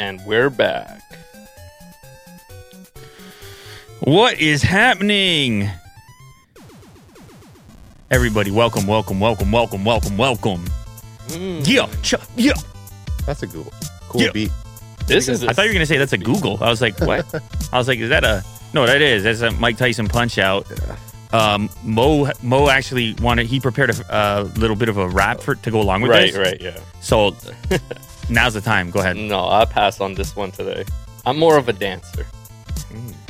And we're back. What is happening? Everybody, welcome, welcome, welcome, welcome, welcome, welcome. Mm. Yeah, ch- yeah. That's a cool, cool Yeah. beat. This is. I thought you were gonna say that's a Google. I was like, what? I was like, is that a? No, that is. That's a Mike Tyson punch out. Um, Mo Mo actually wanted. He prepared a, a little bit of a rap for to go along with right, this. right, yeah. So now's the time. Go ahead. No, I pass on this one today. I'm more of a dancer.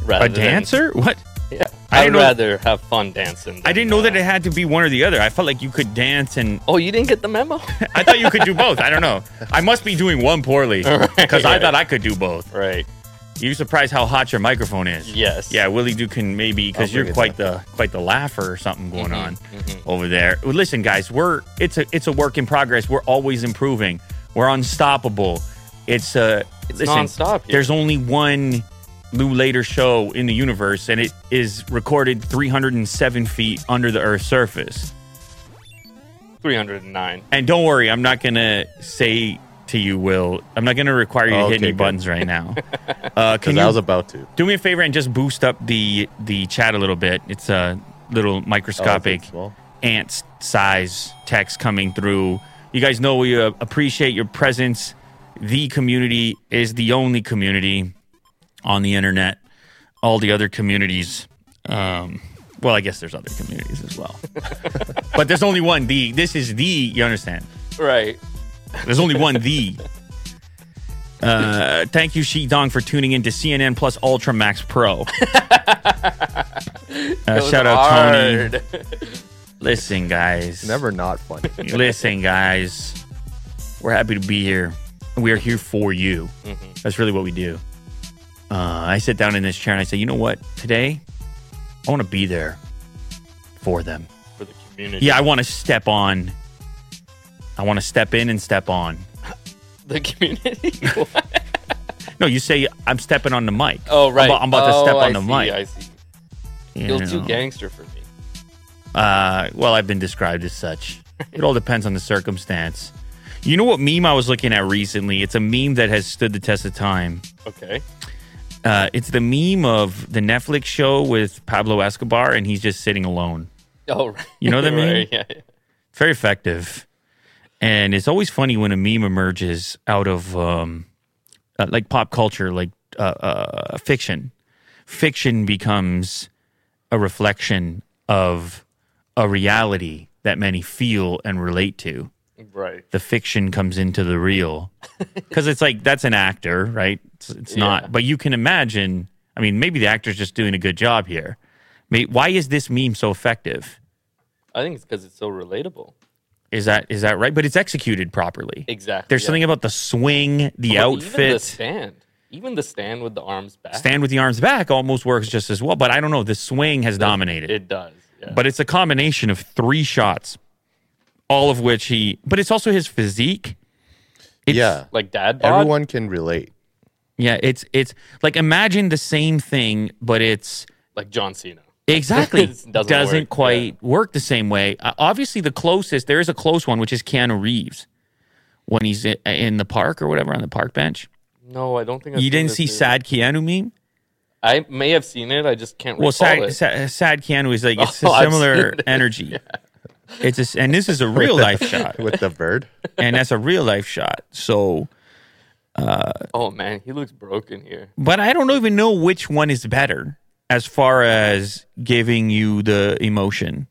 Rather Hmm. than- A dancer? What? yeah, I I didn't would know- rather have fun dancing. I than, didn't know that uh, it had to be one or the other. I felt like you could dance and Oh, you didn't get the memo. I thought you could do both. I don't know. I must be doing one poorly Right. because I thought I could do both. right. You surprised how hot your microphone is. Yes. Yeah, Willie Duke can maybe because I'll you're bring quite it the quite the laugher or something going Mhm, on mhm. over there. Well, listen, guys, we're it's a it's a work in progress. We're always improving. We're unstoppable. It's uh It's listen, nonstop. Here. there's only one Lou Later show in the universe, and it is recorded 307 feet under the Earth's surface. 309. And don't worry, I'm not gonna say to you, Will. I'm not gonna require you to hit Okay, any good. buttons right now. Uh, can Because you I was about to. do me a favor and just boost up the the chat a little bit? It's a little microscopic Well, ant size text coming through. You guys know we uh, appreciate your presence. The community is the only community on the internet. All the other communities, um, well, I guess there's other communities as well, but there's only one. The this is the you understand. Right. Uh, There's only one the. Uh, thank you, Shi Dong, for tuning in to CNN Plus Ultra Max Pro. Uh, shout out Tony. Tony. Listen, guys. never not funny. Listen, guys. We're happy to be here. We are here for you. That's really what we do. Uh, I sit down in this chair and I say, you know what? Today, I want to be there for them. For the community. Yeah, I want to step on. I want to step in and step on. The community. No, you say I'm stepping on the mic. oh, right. I'm about, I'm about Oh, to step I on the see, mic. I see. you You're know. too gangster for me. Uh, well, I've been described as such. It all depends on the circumstance. You know what meme I was looking at recently? It's a meme that has stood the test of time. Okay. Uh, it's the meme of the Netflix show with Pablo Escobar, and he's just sitting alone. Oh, right. You know what I mean? Right, yeah, yeah. It's very effective, and it's always funny when a meme emerges out of um, uh, like pop culture, like uh, uh, fiction. Fiction becomes a reflection of a reality that many feel and relate to. Right. the fiction comes into the real because it's like that's an actor right it's, it's Yeah. not but you can imagine i mean maybe the actor's just doing a good job here May, why is this meme so effective I think it's because it's so relatable. is that is that right but it's executed properly Exactly. there's yeah. something about the swing the But Even the outfit stand. Even the stand with the arms back. stand with the arms back almost works just as well but i don't know the swing has dominated It does. Yeah. but it's a combination of three shots all of which he but it's also his physique It's- yeah, like dad bod. everyone can relate. Yeah, it's it's like imagine the same thing, but it's Like John Cena. exactly Doesn't doesn't, work, yeah. quite work the same way. Uh, obviously, the closest there is a close one, which is Keanu Reeves when he's i- in the park or whatever on the park bench. No, I don't think. I've You seen didn't this see movie. sad Keanu meme? I may have seen it. I just can't recall Well, sad, it. sad sad Keanu is like it's Oh, a I've similar seen it. energy. It's a s and this is a real life shot, With the bird, and that's a real life shot. So, Oh man, he looks broken here. but I don't even know which one is better as far as giving you the emotion.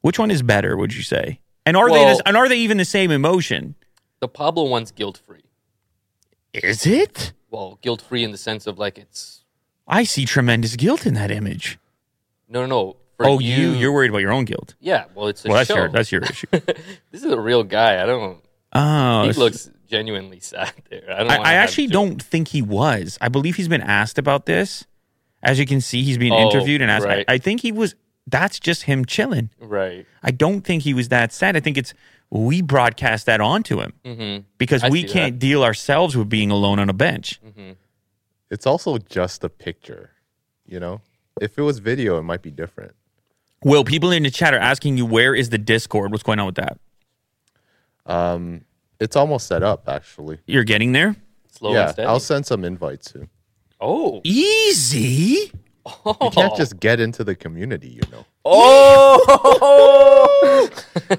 Which one is better, would you say? And are they Well- this, and are they even the same emotion? The Pablo one's guilt free. Is it? Well, guilt free in the sense of like it's I see tremendous guilt in that image. no, no, no. For Oh, you, you are worried about your own guilt. yeah. Well, it's a Well, that's show. your that's your issue. this is a real guy. I don't. Oh, he it's- looks genuinely sad there. I don't. I, wanna I have actually to- don't think he was. I believe he's been asked about this. As you can see, he's being Oh, interviewed and asked. I- right. I think he was. That's just him chilling. Right. I don't think he was that sad. I think it's we broadcast that onto him because Mm-hmm. I we see that. Mm. can't deal ourselves with being alone on a bench. it's also just a picture. You know, if it was video, it might be different. Will, people in the chat are asking you where is the Discord? What's going on with that? Um, it's almost set up actually. You're getting there. Slow yeah, and steady. I'll send some invites soon. oh. Easy. oh. You can't just get into the community, you know. Oh.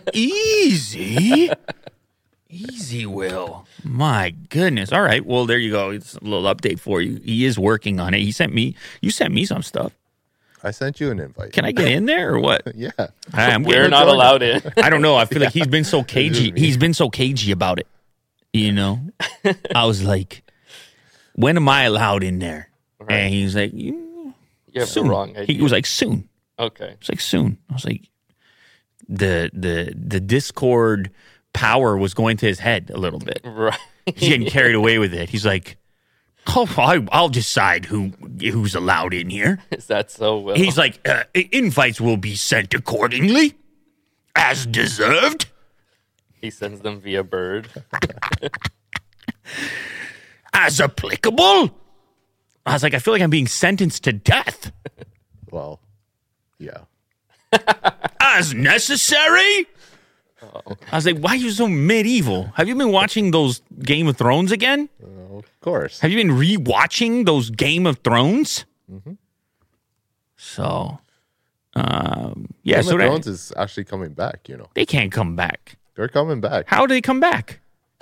Easy. Easy, Will. My goodness. All right. Well, there you go. It's a little update for you. He is working on it. He sent me, you sent me some stuff. I sent you an invite. Can I get in there or what? yeah. I, am We're getting- not allowed in. I don't know. I feel like he's been so cagey. me. He's been so cagey about it. You know, I was like, when am I allowed in there? And he was like, "Mm, You have soon. the wrong idea. He was like, soon. okay. It's like soon. I was like, the the the Discord power was going to his head a little bit. Right. He's getting carried away with it. He's like, oh, I, I'll decide who who's allowed in here. Is that so, Will? He's like, uh, "I- invites will be sent accordingly, as deserved. he sends them via bird. as applicable. I was like, I feel like I'm being sentenced to death Well, yeah. as necessary. I was like, why are you so medieval? Have you been watching those Game of Thrones again? Well, of course. Have you been rewatching those Game of Thrones? Mm-hmm. So, um, yeah, Game so of that- Thrones is actually coming back, you know. they can't come back. They're coming back How do they come back?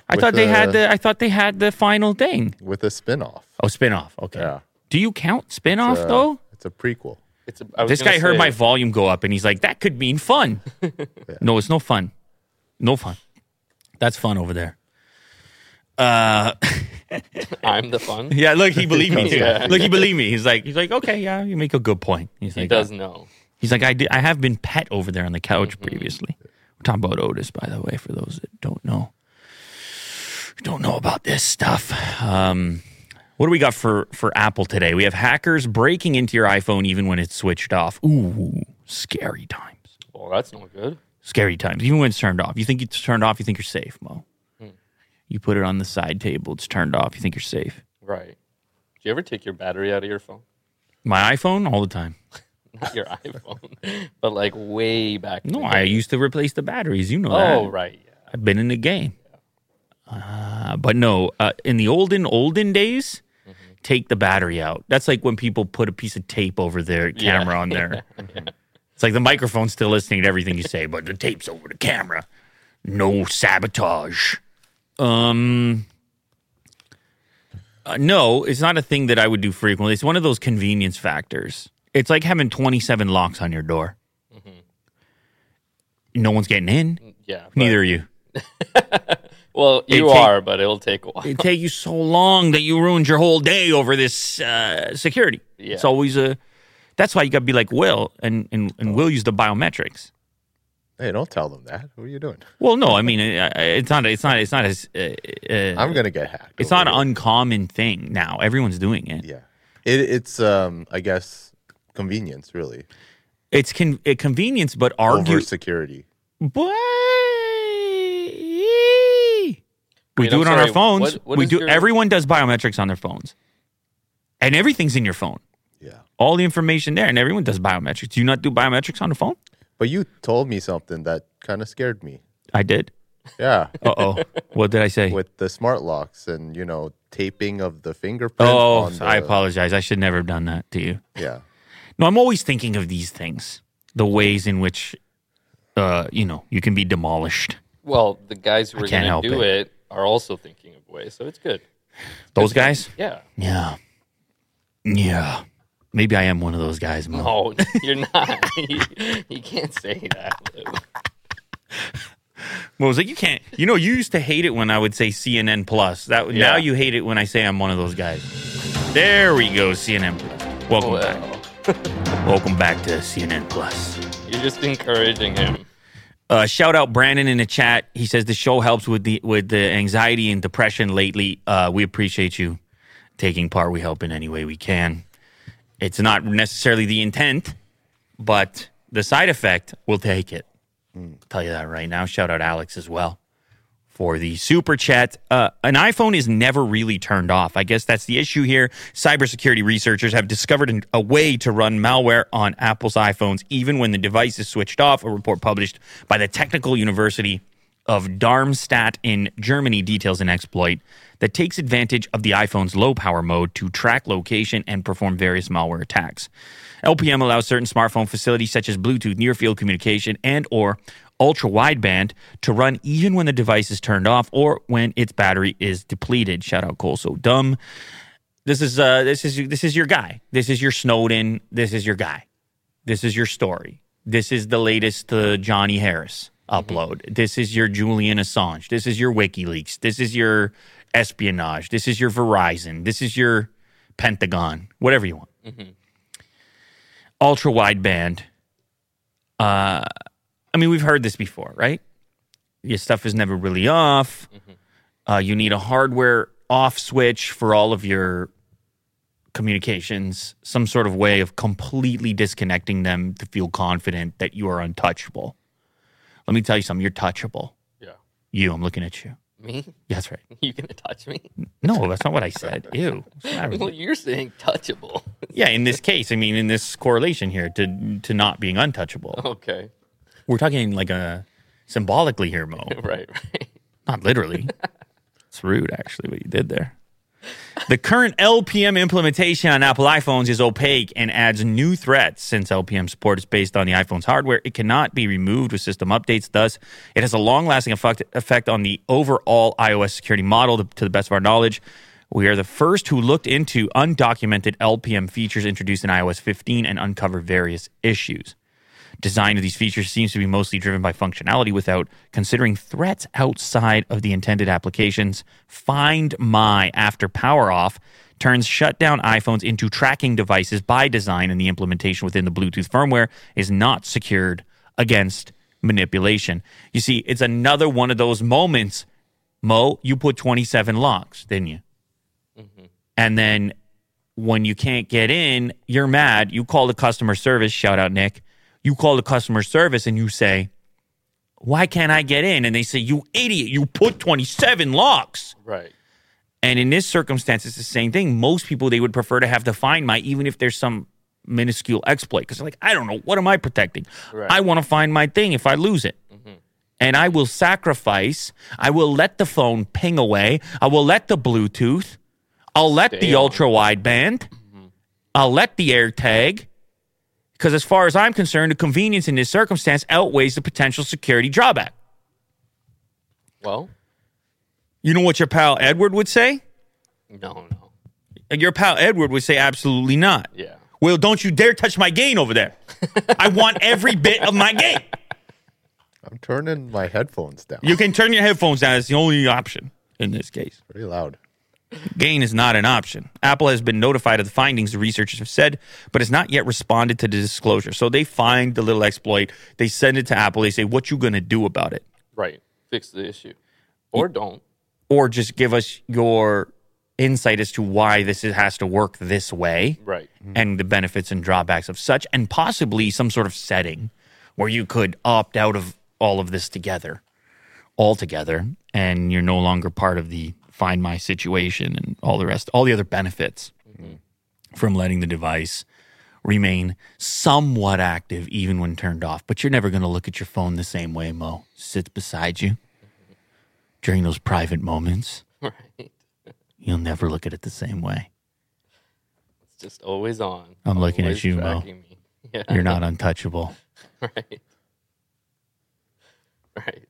I With thought they had the- the. I thought they had the final thing. with a spin-off. Oh, spinoff. Okay. Yeah. Do you count spinoff Uh, though? It's a prequel. It's a, I was This gonna guy heard say, my volume go up and he's like, that could mean fun. No, it's no fun. No fun. That's fun over there. I'm the fun. Yeah, look, he believed me. too. Yeah. Look, he believed me. He's like, he's like, okay, yeah, you make a good point. He's like, He does know. He's like, I did, I have been pet over there on the couch previously. We're talking about Otis, by the way, for those that don't know, don't know about this stuff. Um, what do we got for for Apple today? We have hackers breaking into your iPhone even when it's switched off. Ooh, scary times. Well, that's not good. scary times. Even when it's turned off, you think it's turned off, you think you're safe, Mo. You put it on the side table, it's turned off, you think you're safe. Right. Do you ever take your battery out of your phone? My iPhone all the time. Not your iPhone, but like way back. in No, the I day. used to replace the batteries. You know that. Oh, right. Yeah. I've been in the game. Uh, but no, uh, in the olden olden days, take the battery out. That's like when people put a piece of tape over their camera on there. It's like the microphone's still listening to everything you say, but the tape's over the camera. No sabotage. Um. uh, no, it's not a thing that I would do frequently. It's one of those convenience factors. It's like having 27 locks on your door. No one's getting in. Yeah. but- Neither are you. Well, you take- are, but it'll take a while. it take you so long that you ruined your whole day over this uh, security. Yeah. It's always a. That's why you got to be like Will, and and, and Will use the biometrics. Hey, don't tell them that. What are you doing? Well, no, I mean uh, it's not. It's not. It's not as. Uh, uh, I'm gonna get hacked. it's over not an here. uncommon thing now. Everyone's doing it. Yeah. It, it's um I guess convenience really It's con- a convenience, but argue. over security. Boy. We Wait, do I'm it on our sorry, phones. what- what we is do. your- Everyone does biometrics on their phones, and everything's in your phone. Yeah. all the information there, and everyone does biometrics. Do you not do biometrics on the phone? But you told me something that kind of scared me. I did. Yeah. Uh oh. what did I say? With the smart locks and you know taping of the fingerprints. oh, on the, I apologize. I should never have done that to you. Yeah. No, I'm always thinking of these things, the ways in which, uh, you know, you can be demolished. Well, the guys who are can't going to help do it. are also thinking of ways, so it's good. Those guys? Yeah. Yeah. Yeah. Maybe I am one of those guys. Mo. No, you're not. you, you can't say that. Lou. Mo was like, you can't. You know, you used to hate it when I would say CNN Plus. That now Yeah. you hate it when I say I'm one of those guys. There we go, CNN Plus. Welcome back. Well, Welcome back to CNN Plus. you're just encouraging him. Uh, shout out Brandon in the chat. He says the show helps with the with the anxiety and depression lately. Uh, we appreciate you taking part. We help in any way we can. It's not necessarily the intent, but the side effect will take it. tell you that right now. Shout out Alex as well for the super chat. Uh, an iPhone is never really turned off. I guess that's the issue here. Cybersecurity researchers have discovered an- a way to run malware on Apple's iPhones even when the device is switched off, a report published by the Technical University of Darmstadt in Germany details an exploit that takes advantage of the iPhone's low power mode to track location and perform various malware attacks. LPM allows certain smartphone facilities such as Bluetooth, near field communication, and or ultra wideband to run even when the device is turned off or when its battery is depleted. Shout out Cole so dumb. This is uh this is this is your guy. This is your Snowden. This is your guy. This is your story. This is the latest uh, Johnny Harris upload. This is your Julian Assange. This is your WikiLeaks. This is your espionage. This is your Verizon. This is your Pentagon. Whatever you want. Ultra wideband. Uh, I mean, we've heard this before, right? Your stuff is never really off. Mm-hmm. Uh, you need a hardware off switch for all of your communications, some sort of way of completely disconnecting them to feel confident that you are untouchable. Let me tell you something, you're touchable. Yeah. You, I'm looking at you. Me? Yeah, that's right. You gonna touch me? No, that's not what I said. Ew. Well, you're saying touchable. Yeah, in this case, I mean, in this correlation here to to not being untouchable. okay. We're talking like a symbolically here, Mo. Right. Right. Not literally. it's rude, actually, what you did there. The current LPM implementation on Apple iPhones is opaque and adds new threats. Since LPM support is based on the iPhone's hardware, it cannot be removed with system updates. Thus, it has a long lasting effect, effect on the overall iOS security model, to, to the best of our knowledge. We are the first who looked into undocumented LPM features introduced in iOS 15 and uncovered various issues design of these features seems to be mostly driven by functionality without considering threats outside of the intended applications. Find My after power off turns shut down iPhones into tracking devices by design, and the implementation within the Bluetooth firmware is not secured against manipulation. You see, it's another one of those moments. Mo, you put 27 locks, didn't you? And then when you can't get in, you're mad. You call the customer service. Shout out, Nick. You call the customer service and you say, Why can't I get in? And they say, You idiot, you put 27 locks. Right. And in this circumstance, it's the same thing. Most people, they would prefer to have the Find My, even if there's some minuscule exploit. Because, like, I don't know, what am I protecting? Right. I want to find my thing if I lose it. And I will sacrifice. I will let the phone ping away. I will let the Bluetooth. I'll let the Damn. ultra wideband. I'll let the AirTag. Because, as far as I'm concerned, the convenience in this circumstance outweighs the potential security drawback. Well, You know what your pal Edward would say? no, no. your pal Edward would say absolutely not. Yeah. Well, don't you dare touch my gain over there. I want every bit of my gain. I'm turning my headphones down. You can turn your headphones down. It's the only option in this case. Pretty loud. Gain is not an option. Apple has been notified of the findings, the researchers have said, but has not yet responded to the disclosure. So they find the little exploit, they send it to Apple, they say, What you gonna do about it? Right. Fix the issue, or don't. Or just give us your insight as to why this is- has to work this way. Right. and the benefits and drawbacks of such, and possibly some sort of setting where you could opt out of all of this together, altogether, and you're no longer part of the find my situation and all the rest, all the other benefits from letting the device remain somewhat active even when turned off. But you're never going to look at your phone the same way, Mo. Sits beside you during those private moments. Right. You'll never look at it the same way. It's just always on. I'm looking at always you, Mo. tracking Me. Yeah. You're not untouchable. Right. Right.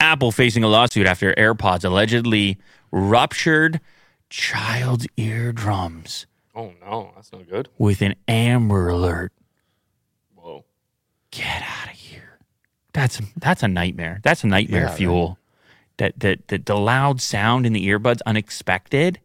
Apple facing a lawsuit after AirPods allegedly ruptured child's eardrums Oh no, that's no good. with an Amber Alert. Whoa. Get out of here! That's that's a nightmare. That's a nightmare Yeah, right. fuel. That that that the loud sound in the earbuds, unexpected.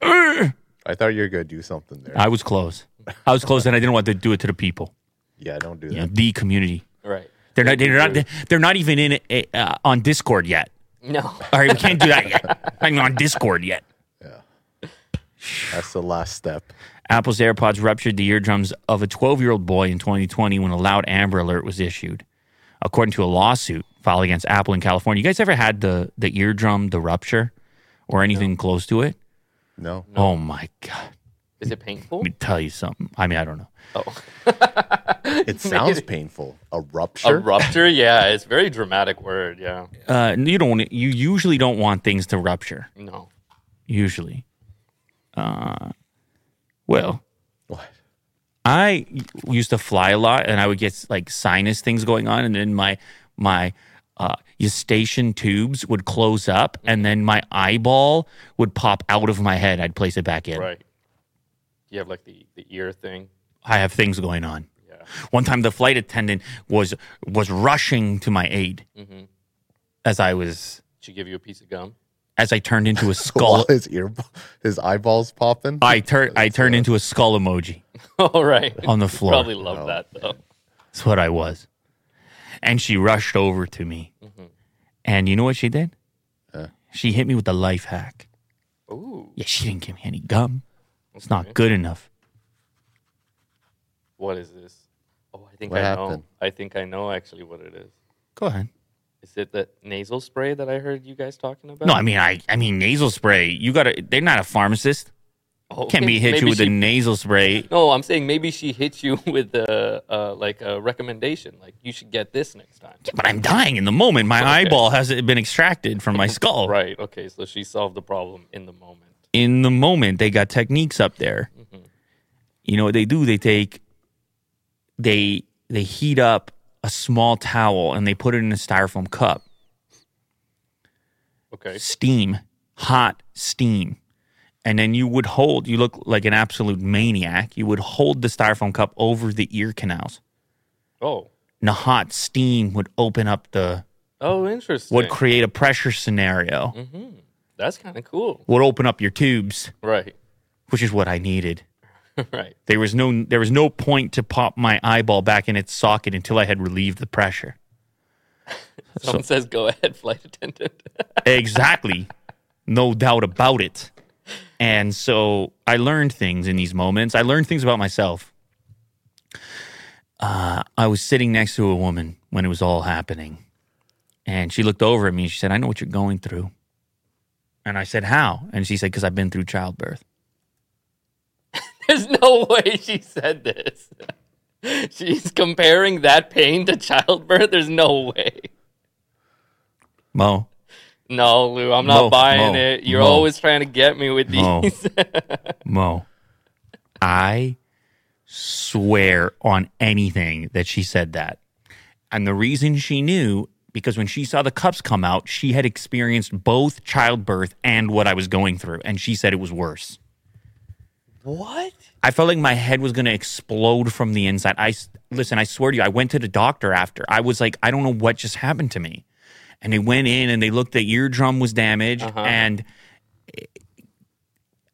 I thought you were gonna do something there. I was close. I was close, and I didn't want to do it to the people, yeah, don't do you know, that. the community. Right. They're not. They're not. They're not even in it, uh, on Discord yet. No. All right, we can't do that yet. I'm on Discord yet. That's the last step. Apple's AirPods ruptured the eardrums of a 12 year old boy in 2020 when a loud Amber Alert was issued. According to a lawsuit filed against Apple in California, you guys ever had the, the eardrum, the rupture, or anything close to it? No. Oh my God. Is it painful? Let me tell you something. I mean, I don't know. Oh. It sounds painful. A rupture. A rupture, yeah, it's a very dramatic word, yeah. Uh, you don't. You usually don't want things to rupture. No. Usually. Uh, well, What? I used to fly a lot, and I would get like sinus things going on, and then my my uh, eustachian tubes would close up, and then my eyeball would pop out of my head. I'd place it back in. Right. You have like the, the ear thing. I have things going on. Yeah. One time, the flight attendant was was rushing to my aid Mhm. as I was She give you a piece of gum. as I turned into a While skull. his ear, his eyeballs popping. I turn I turned into a skull emoji All right. on the floor. Probably love that though. That's what I was. And she rushed over to me. Mm-hmm. And you know what she did? Uh. She hit me with a life hack. Ooh. Yeah, she didn't give me any gum. It's not good enough. What is this? Oh, I think What I happened? know. I think I know actually what it is. Go ahead. Is it that nasal spray that I heard you guys talking about? No, I mean I I mean nasal spray. You gotta they're not a pharmacist. Oh, Can't be hit maybe you with she- a nasal spray. No, I'm saying maybe she hit you with a uh, like a recommendation, like you should get this next time. But I'm dying in the moment. My eyeball hasn't been extracted from my skull. Right. Okay. So she solved the problem in the moment. in the moment. They got techniques up there. You know what they do? They take they they heat up a small towel and they put it in a styrofoam cup. Okay. Steam, hot steam. And then you would hold, you look like an absolute maniac. You would hold the styrofoam cup over the ear canals. Oh. And the hot steam would open up the Oh, interesting. would create a pressure scenario. That's kind of cool. Would open up your tubes, Right. which is what I needed. right. There was no there was no point to pop my eyeball back in its socket until I had relieved the pressure. Someone says, "Go ahead, flight attendant." Exactly. no doubt about it. And so I learned things in these moments. I learned things about myself. Uh, I was sitting next to a woman when it was all happening. And she looked over at me and she said, I know what you're going through. And I said, How? And she said, Because I've been through childbirth. There's no way she said this. She's comparing that pain to childbirth. There's no way. Mo, No, Lou, I'm not Mo, buying Mo, it. You're Mo. always trying to get me with these. Mo. Mo, I swear on anything that she said that. And the reason she knew, because when she saw the cups come out, she had experienced both childbirth and what I was going through. And she said it was worse. what? I felt like my head was going to explode from the inside. I s- listen, I swear to you, I went to the doctor after. I was like, I don't know what just happened to me. And they went in and they looked, the eardrum was damaged. Uh-huh. And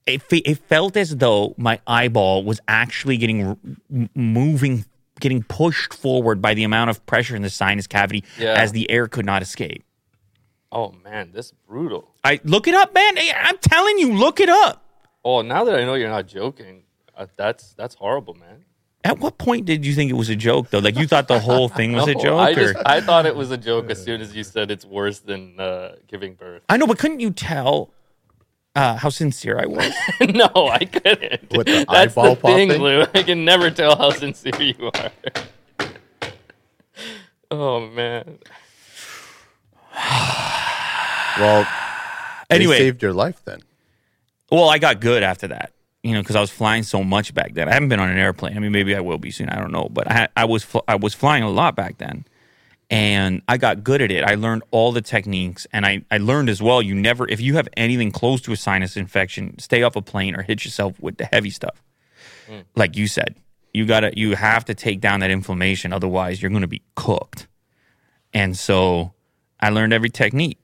it, fe- it felt as though my eyeball was actually getting r- m- moving, getting pushed forward by the amount of pressure in the sinus cavity Yeah. as the air could not escape. Oh man, this is brutal. I look it up, man. I- I'm telling you, look it up. Oh, now that I know you're not joking, uh, that's that's horrible, man. At what point did you think it was a joke, though? Like you thought the whole thing was a No, joke? Oh, I or? just I thought it was a joke as soon as you said it's worse than uh, giving birth. I know, but couldn't you tell uh, how sincere I was? no, I couldn't. With the That's eyeball the thing, popping? Lou. I can never tell how sincere you are. oh man. Well, they anyway, saved your life then. well, I got good after that, you know, because I was flying so much back then. I haven't been on an airplane. I mean, maybe I will be soon. I don't know, but I, I was fl- I was flying a lot back then, and I got good at it. I learned all the techniques, and I I learned as well. You never, if you have anything close to a sinus infection, stay off a plane or hit yourself with the heavy stuff, like you said. You gotta, you have to take down that inflammation, otherwise you're gonna be cooked. And so, I learned every technique.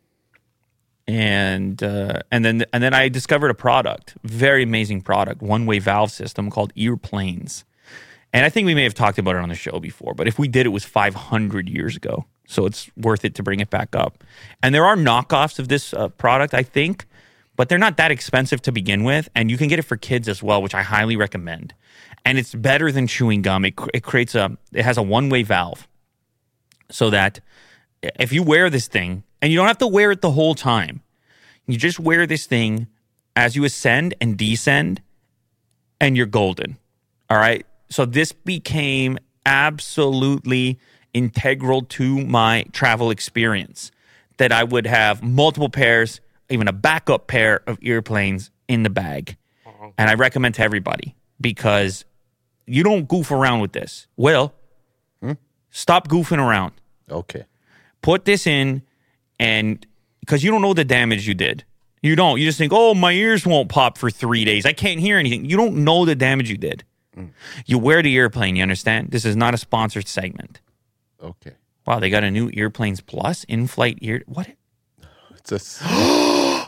and uh, and then and then I discovered a product, very amazing product, one way valve system called Earplanes. And I think we may have talked about it on the show before, but if we did, it was 500 years ago, so it's worth it to bring it back up. And there are knockoffs of this uh, product, I think, but they're not that expensive to begin with, and you can get it for kids as well, which I highly recommend. And it's better than chewing gum. It, cr- it creates a it has a one way valve, so that if you wear this thing and you don't have to wear it the whole time you just wear this thing as you ascend and descend and you're golden. All right. So this became absolutely integral to my travel experience that I would have multiple pairs, even a backup pair of earplanes in the bag. And I recommend to everybody because you don't goof around with this. Well, stop goofing around Okay. put this in and because you don't know the damage you did you don't you just think oh my ears won't pop for three days i can't hear anything you don't know the damage you did you wear the earplane you understand this is not a sponsored segment Okay. wow they got a new earplanes plus in-flight ear what It's a. s-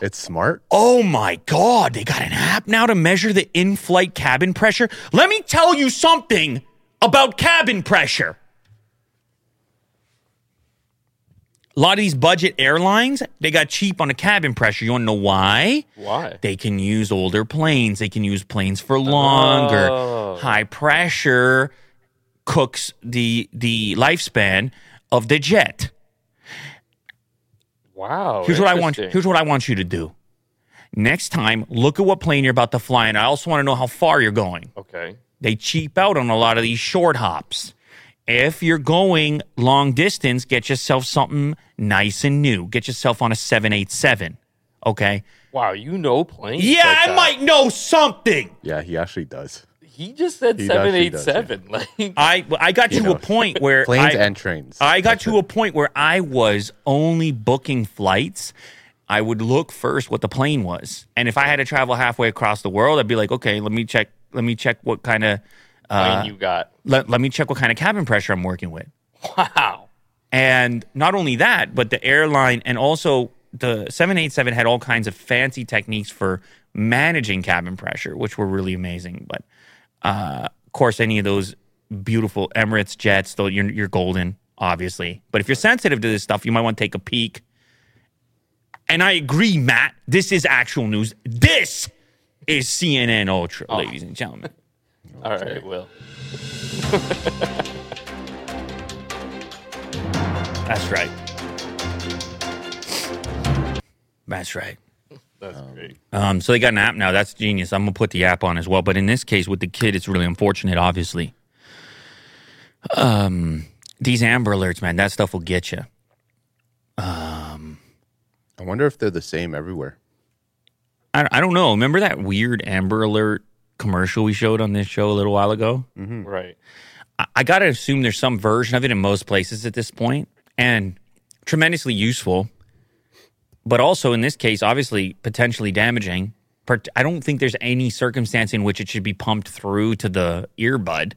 it's smart. oh my god they got an app now to measure the in-flight cabin pressure let me tell you something about cabin pressure a lot of these budget airlines they got cheap on the cabin pressure you want to know why Why? they can use older planes. They can use planes for longer. Oh. High pressure cooks the the lifespan of the jet. Wow. Here's what I want. interesting. Here's what I want you to do. Next time, look at what plane you're about to fly, and I also want to know how far you're going. Okay. They cheap out on a lot of these short hops. If you're going long distance, get yourself something nice and new. Get yourself on a 787. Okay. Wow, you know planes. Yeah, like I that. might know something. Yeah, he actually does. He just said He does, seven he eight does, seven. Like I I got to know, a point where Planes I, and trains. I got to a point where I was only booking flights. I would look first what the plane was, and if I had to travel halfway across the world, I'd be like, okay, let me check. Let me check what kind of plane you got. let, let me check what kind of cabin pressure I'm working with. Wow. And not only that, but the airline and also the 787 had all kinds of fancy techniques for managing cabin pressure, which were really amazing. But uh, of course, any of those beautiful Emirates jets, though you're, you're golden, obviously. But if you're sensitive to this stuff, you might want to take a peek. And I agree, Matt. This is actual news. This is CNN Ultra, ladies and gentlemen. All right, Will. That's right. That's right. That's great. Um, so they got an app now. That's genius. I'm gonna put the app on as well. But in this case, with the kid, it's really unfortunate. Obviously, um, these Amber Alerts, man, that stuff will get you. I wonder if they're the same everywhere. I, I don't know. Remember that weird Amber Alert commercial we showed on this show a little while ago? hmm. Right. I, I gotta assume there's some version of it in most places at this point, and tremendously useful. But also in this case, obviously potentially damaging. Part- I don't think there's any circumstance in which it should be pumped through to the earbud,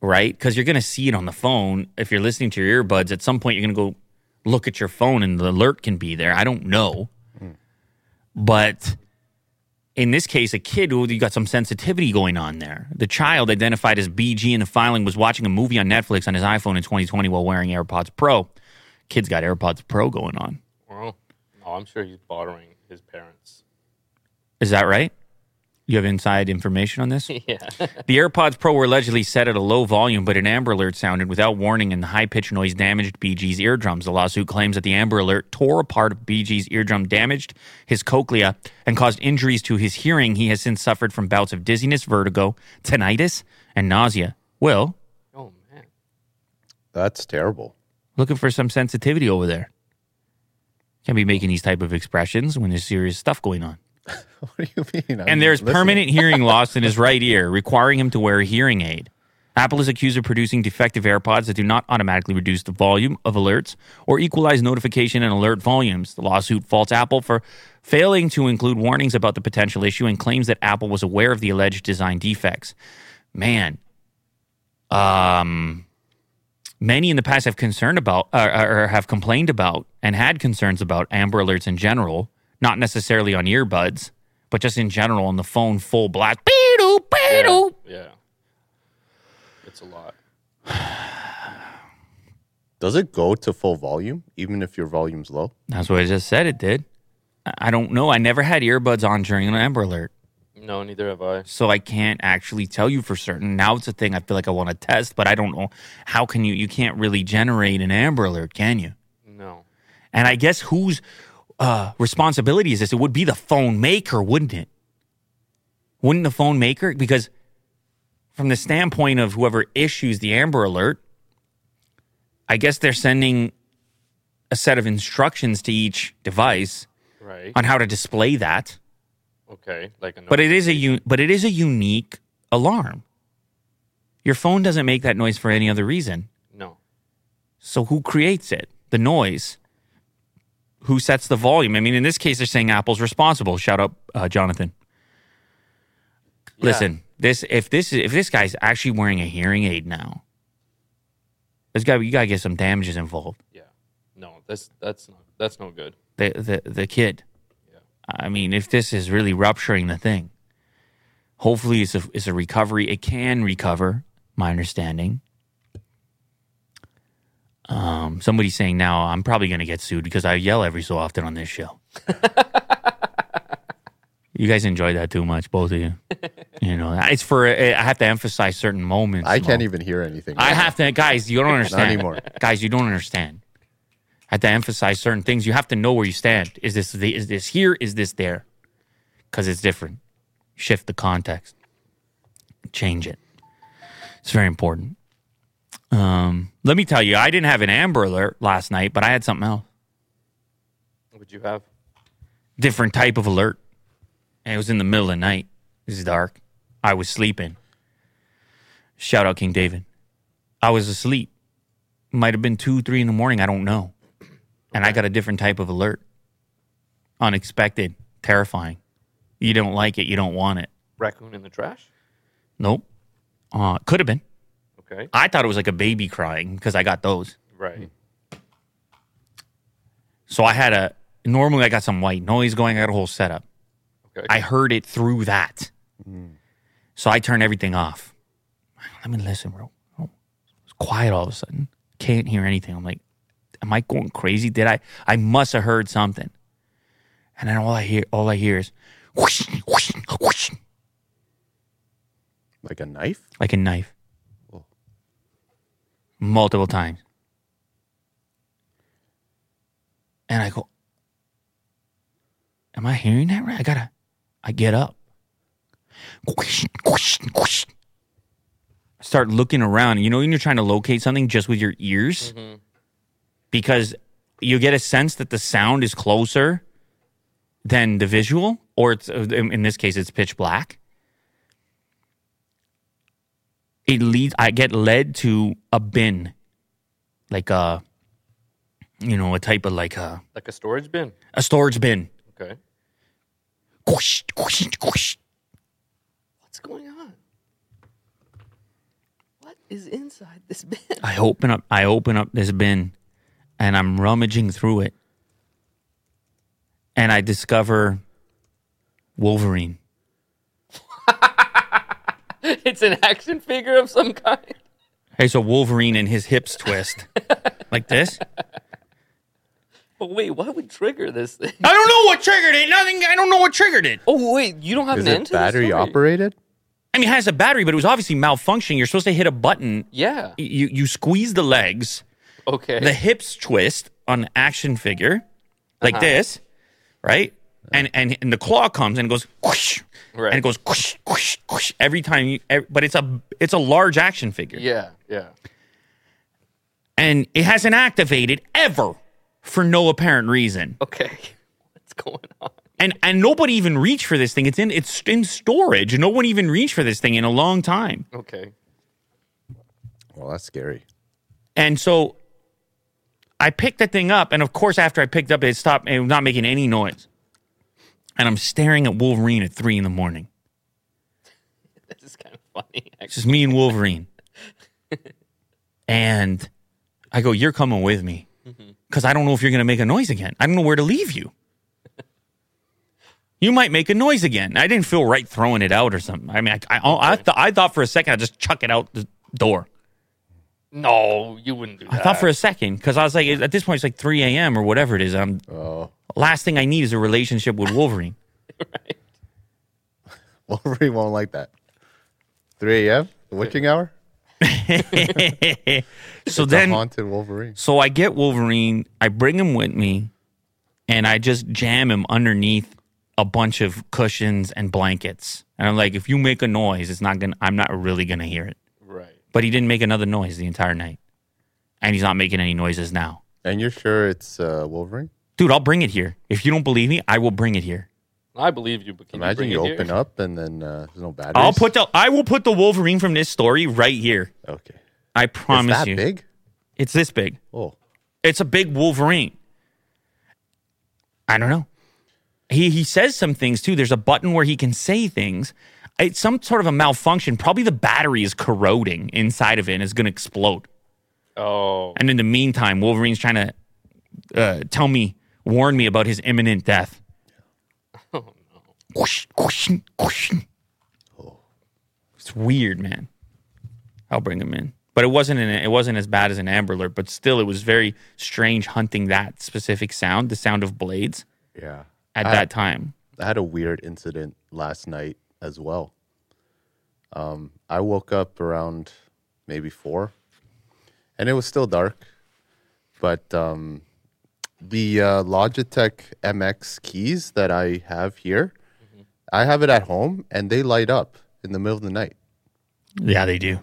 right? Because you're gonna see it on the phone if you're listening to your earbuds. At some point, you're gonna go look at your phone, and the alert can be there. I don't know, but in this case, a kid who you got some sensitivity going on there. The child identified as BG in the filing was watching a movie on Netflix on his iPhone in 2020 while wearing AirPods Pro. Kid's got AirPods Pro going on. Well, no, I'm sure he's borrowing his parents. Is that right? You have inside information on this? Yeah. The AirPods Pro were allegedly set at a low volume, but an Amber Alert sounded without warning, and the high pitched noise damaged BG's eardrums. The lawsuit claims that the Amber Alert tore apart BG's eardrum, damaged his cochlea, and caused injuries to his hearing. He has since suffered from bouts of dizziness, vertigo, tinnitus, and nausea. Will, oh man. That's terrible. looking for some sensitivity over there. Can't be making these type of expressions when there's serious stuff going on. What do you mean? I'm and there's listening. permanent hearing loss in his right ear, requiring him to wear a hearing aid. Apple is accused of producing defective AirPods that do not automatically reduce the volume of alerts or equalize notification and alert volumes. The lawsuit faults Apple for failing to include warnings about the potential issue and claims that Apple was aware of the alleged design defects. Man, um, many in the past have concerned about or, or have complained about and had concerns about Amber Alerts in general, not necessarily on earbuds, but just in general on the phone, full blast. Beedoo, Yeah. beedoo. yeah. It's a lot. Does it go to full volume even if your volume's low? That's what I just said. It did. I- I don't know. I never had earbuds on during an Amber Alert, No, neither have I. so I can't actually tell you for certain. Now it's a thing I feel like I want to test, but I don't know how can you. You can't really generate an Amber Alert, can you? No. And I guess whose uh, responsibility is this? It would be the phone maker, wouldn't it? wouldn't the phone make her? Because from the standpoint of whoever issues the Amber Alert, I guess they're sending a set of instructions to each device Right. on how to display that. Okay. Like a But it is a un- but it is a unique alarm. Your phone doesn't make that noise for any other reason. no. So who creates it? The noise. Who sets the volume? I mean, in this case, they're saying Apple's responsible. Shout out, uh, Jonathan. Yeah. Listen, this if this if this guy's actually wearing a hearing aid now, there's got you got to get some damages involved. Yeah. No. That's that's not that's no good. The the the kid. I mean, if this is really rupturing the thing, hopefully it's a it's a recovery. It can recover. My understanding. Um, somebody's saying now I'm probably going to get sued because I yell every so often on this show. you guys enjoy that too much, both of you. You know, it's for I have to emphasize certain moments. I can't Mo. even hear anything. I have to, guys. You don't understand anymore. guys. You don't understand. I have to emphasize certain things. You have to know where you stand. Is this the, is this here? Is this there? Because it's different. Shift the context. Change it. It's very important. Um, let me tell you, I didn't have an Amber Alert last night, but I had something else, Would you have? different type of alert. And it was in the middle of the night. It was dark. I was sleeping. Shout out King David. I was asleep. Might have been two, three in the morning. I don't know. And I got a different type of alert. Unexpected, terrifying. You don't like it. You don't want it. Raccoon in the trash. Nope. Uh, could have been. Okay. I thought it was like a baby crying because I got those. Right. Hmm. So I had a, normally I got some white noise going. I got a whole setup. Okay. I heard it through that. So I turn everything off. Let me listen, bro. Oh, It's quiet all of a sudden. Can't hear anything. I'm like, am I going crazy? Did I? I must have heard something. And then all I hear, all I hear is whoosh, whoosh, whoosh, like a knife. like a knife, Oh. multiple times. And I go, am I hearing that right? I gotta, I get up. Whoosh, whoosh, whoosh. Start looking around. You know, when you're trying to locate something just with your ears, because you get a sense that the sound is closer than the visual, or it's in in this case, it's pitch black. It leads. I get led to a bin, like a, you know, a type of like a like a storage bin. a storage bin. Okay. Whoosh, whoosh, whoosh. What's going on? What is inside this bin? I open up I open up this bin and I'm rummaging through it. And I discover Wolverine. it's an action figure of some kind. Hey, so Wolverine and his hips twist. like this? But Oh, wait, what would trigger this thing? I don't know what triggered it. Nothing I don't know what triggered it. Oh wait, you don't have Is an end it to this battery story? operated? I mean it has a battery, but it was obviously malfunctioning. You're supposed to hit a button. Yeah. You you squeeze the legs, Okay. the hips twist on the action figure, Uh-huh. like this, right? And, and and the claw comes and goes whoosh, Right. and it goes whoosh, whoosh, whoosh every time you. ev but it's a it's a large action figure, yeah. Yeah. and it hasn't activated ever for no apparent reason. Okay. What's going on? And and nobody even reached for this thing. It's in it's in storage. No one even reached for this thing in a long time. Okay. Well, that's scary. And so I picked the thing up, and of course, after I picked up it, it stopped and it was not making any noise. And I'm staring at Wolverine at three in the morning. This is kind of funny. It's Actually. just me and Wolverine. and I go, You're coming with me. Because I don't know if you're going to make a noise again. I don't know where to leave you. You might make a noise again. I didn't feel right throwing it out or something. I mean, I, I, I, th- I thought for a second I'd just chuck it out the door. No, you wouldn't do that. I thought for a second because I was like, at this point, it's like 3 a.m. or whatever it is. I'm Oh, last thing I need is a relationship with Wolverine. Wolverine won't like that. 3 a.m. The witching hour. so The then, haunted Wolverine. so I get Wolverine, I bring him with me, and I just jam him underneath a bunch of cushions and blankets. And I'm like, if you make a noise, it's not gonna. I'm not really gonna hear it. Right. But he didn't make another noise the entire night, and he's not making any noises now. And you're sure it's uh, Wolverine? Dude, I'll bring it here. If you don't believe me, I will bring it here. I believe you. But can Imagine you, you bring it open here? up and then uh, there's no batteries. I'll put the I will put the Wolverine from this story right here. Okay. I promise it's that you. big? It's this big. Oh, It's a big Wolverine. I don't know. He he says some things too. There's a button where he can say things. It's some sort of a malfunction. Probably the battery is corroding inside of it and it's going to explode. Oh, And in the meantime, Wolverine's trying to uh, tell me, warn me about his imminent death. Oh, Whoosh, whoosh, whoosh. Oh. It's weird, man. I'll bring him in, but it wasn't an, it wasn't as bad as an Amber Alert, but still, it was very strange hunting that specific sound, the sound of blades yeah. at I- that time. I had a weird incident last night as well. Um, I woke up around maybe four, and it was still dark, but um, the uh, Logitech MX keys that I have here, I have it at home, and they light up in the middle of the night Yeah, they do.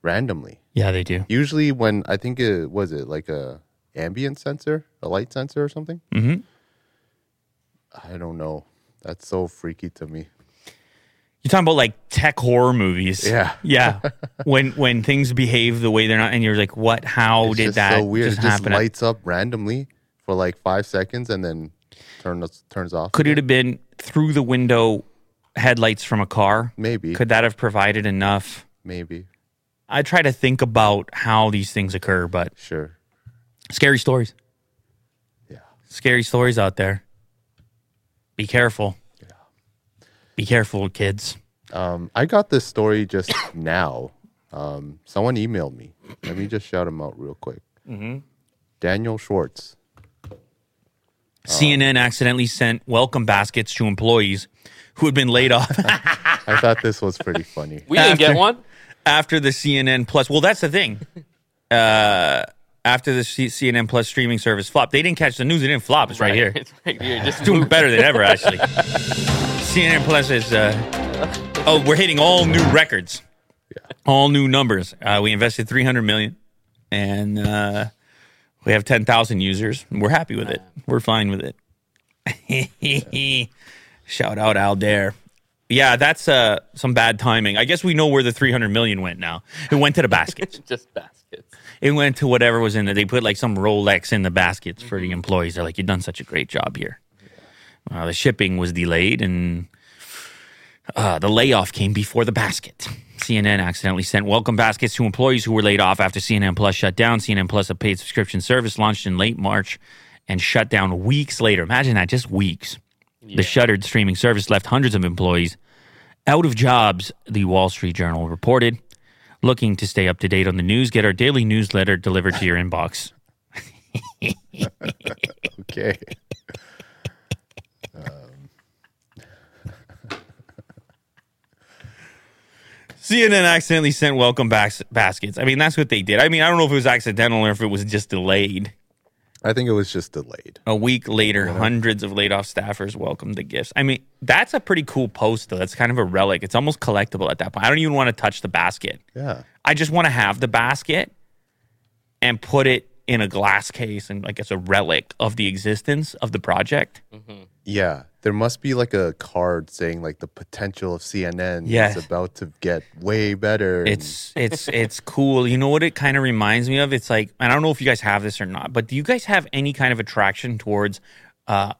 randomly. Yeah, they do. Usually, when I think it was it like a ambient sensor, a light sensor or something. Mhm. Mm-hmm. I don't know. That's so freaky to me. You're talking about like tech horror movies. Yeah. yeah. when when things behave the way they're not, and you're like, what? How It's did just that so weird. just it just happen? lights up randomly for like five seconds and then turns turns off. Could it have been through the window headlights from a car? maybe Could that have provided enough? maybe I try to think about how these things occur, but sure scary stories. yeah. Scary stories out there. Be careful. Be careful, kids. Um, I got this story just now. Um, someone emailed me. Let me just shout him out real quick. Mm-hmm. Daniel Schwartz. Uh, CNN accidentally sent welcome baskets to employees who had been laid off I thought this was pretty funny. we didn't get After- one. after the CNN Plus. Well, that's the thing. Uh, after the C- CNN Plus streaming service flopped, they didn't catch the news. It didn't flop. It's right, here. It's right here. Just doing better than ever, actually. CNN Plus is, uh, oh, we're hitting all new records, all new numbers. Uh, we invested 300 million, and uh, we have 10,000 users. and We're happy with it. We're fine with it. Shout out out there. Yeah, that's uh, some bad timing. I guess we know where the 300 million went now. It went to the baskets. just baskets. It went to whatever was in there. They put like some Rolex in the baskets for the employees. They're like, "You've done such a great job here." Uh, the shipping was delayed, and uh, the layoff came before the basket. CNN accidentally sent welcome baskets to employees who were laid off after CNN Plus shut down. CNN Plus, a paid subscription service, launched in late March and shut down weeks later. Imagine that, just weeks. The shuttered streaming service left hundreds of employees out of jobs, the Wall Street Journal reported. Looking to stay up to date on the news? Get our daily newsletter delivered to your inbox. Okay. CNN accidentally sent welcome bas- baskets. I mean, that's what they did. I mean, I don't know if it was accidental or if it was just delayed. I think it was just delayed. A week later, hundreds of laid off staffers welcomed the gifts. I mean, that's a pretty cool post, though. That's kind of a relic. It's almost collectible at that point. I don't even want to touch the basket. Yeah. I just want to have the basket and put it in a glass case and like it's a relic of the existence of the project. Yeah. There must be like a card saying like the potential of CNN Yes. is about to get way better. and- It's it's it's cool. You know what it kind of reminds me of? It's like and I don't know if you guys have this or not, but do you guys have any kind of attraction towards uh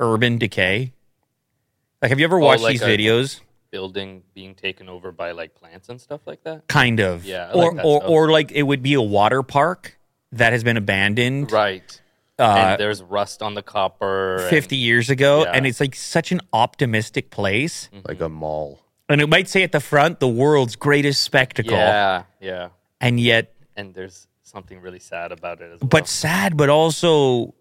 urban decay? Like have you ever watched Oh, like these a- videos? Building being taken over by like plants and stuff like that. Kind of. Yeah, I Or like that or stuff. or like it would be a water park that has been abandoned Right. uh and there's rust on the copper. and- 50 years ago Yeah. and it's like such an optimistic place. like a mall. And it might say at the front the world's greatest spectacle Yeah. Yeah. and yet And there's something really sad about it as well. but sad, but also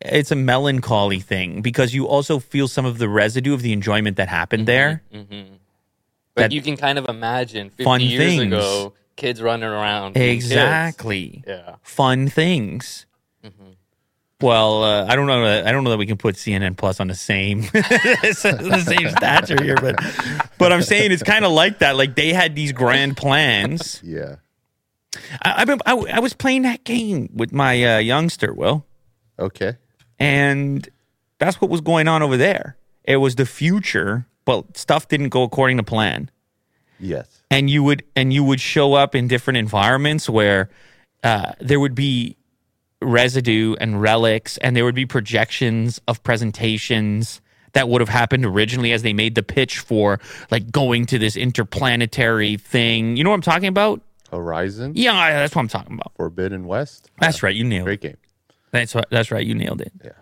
it's a melancholy thing because you also feel some of the residue of the enjoyment that happened there. But that- you can kind of imagine 50 Fun years things. ago, kids running around. being kids. Exactly. Yeah. Fun things. Well, uh, I don't know. That, I don't know that we can put CNN Plus on the same the same stature here, but but I'm saying it's kind of like that. Like they had these grand plans. Yeah. I, I've been, I, I was playing that game with my uh, youngster, Will, Okay. and that's what was going on over there. It was the future, but stuff didn't go according to plan. Yes. and you would and you would show up in different environments where uh, there would be residue and relics and there would be projections of presentations that would have happened originally as they made the pitch for like going to this interplanetary thing you know what i'm talking about Horizon, yeah I- that's what i'm talking about Forbidden West. that's right you nailed it Great game. that's, right- that's right you nailed it Yeah.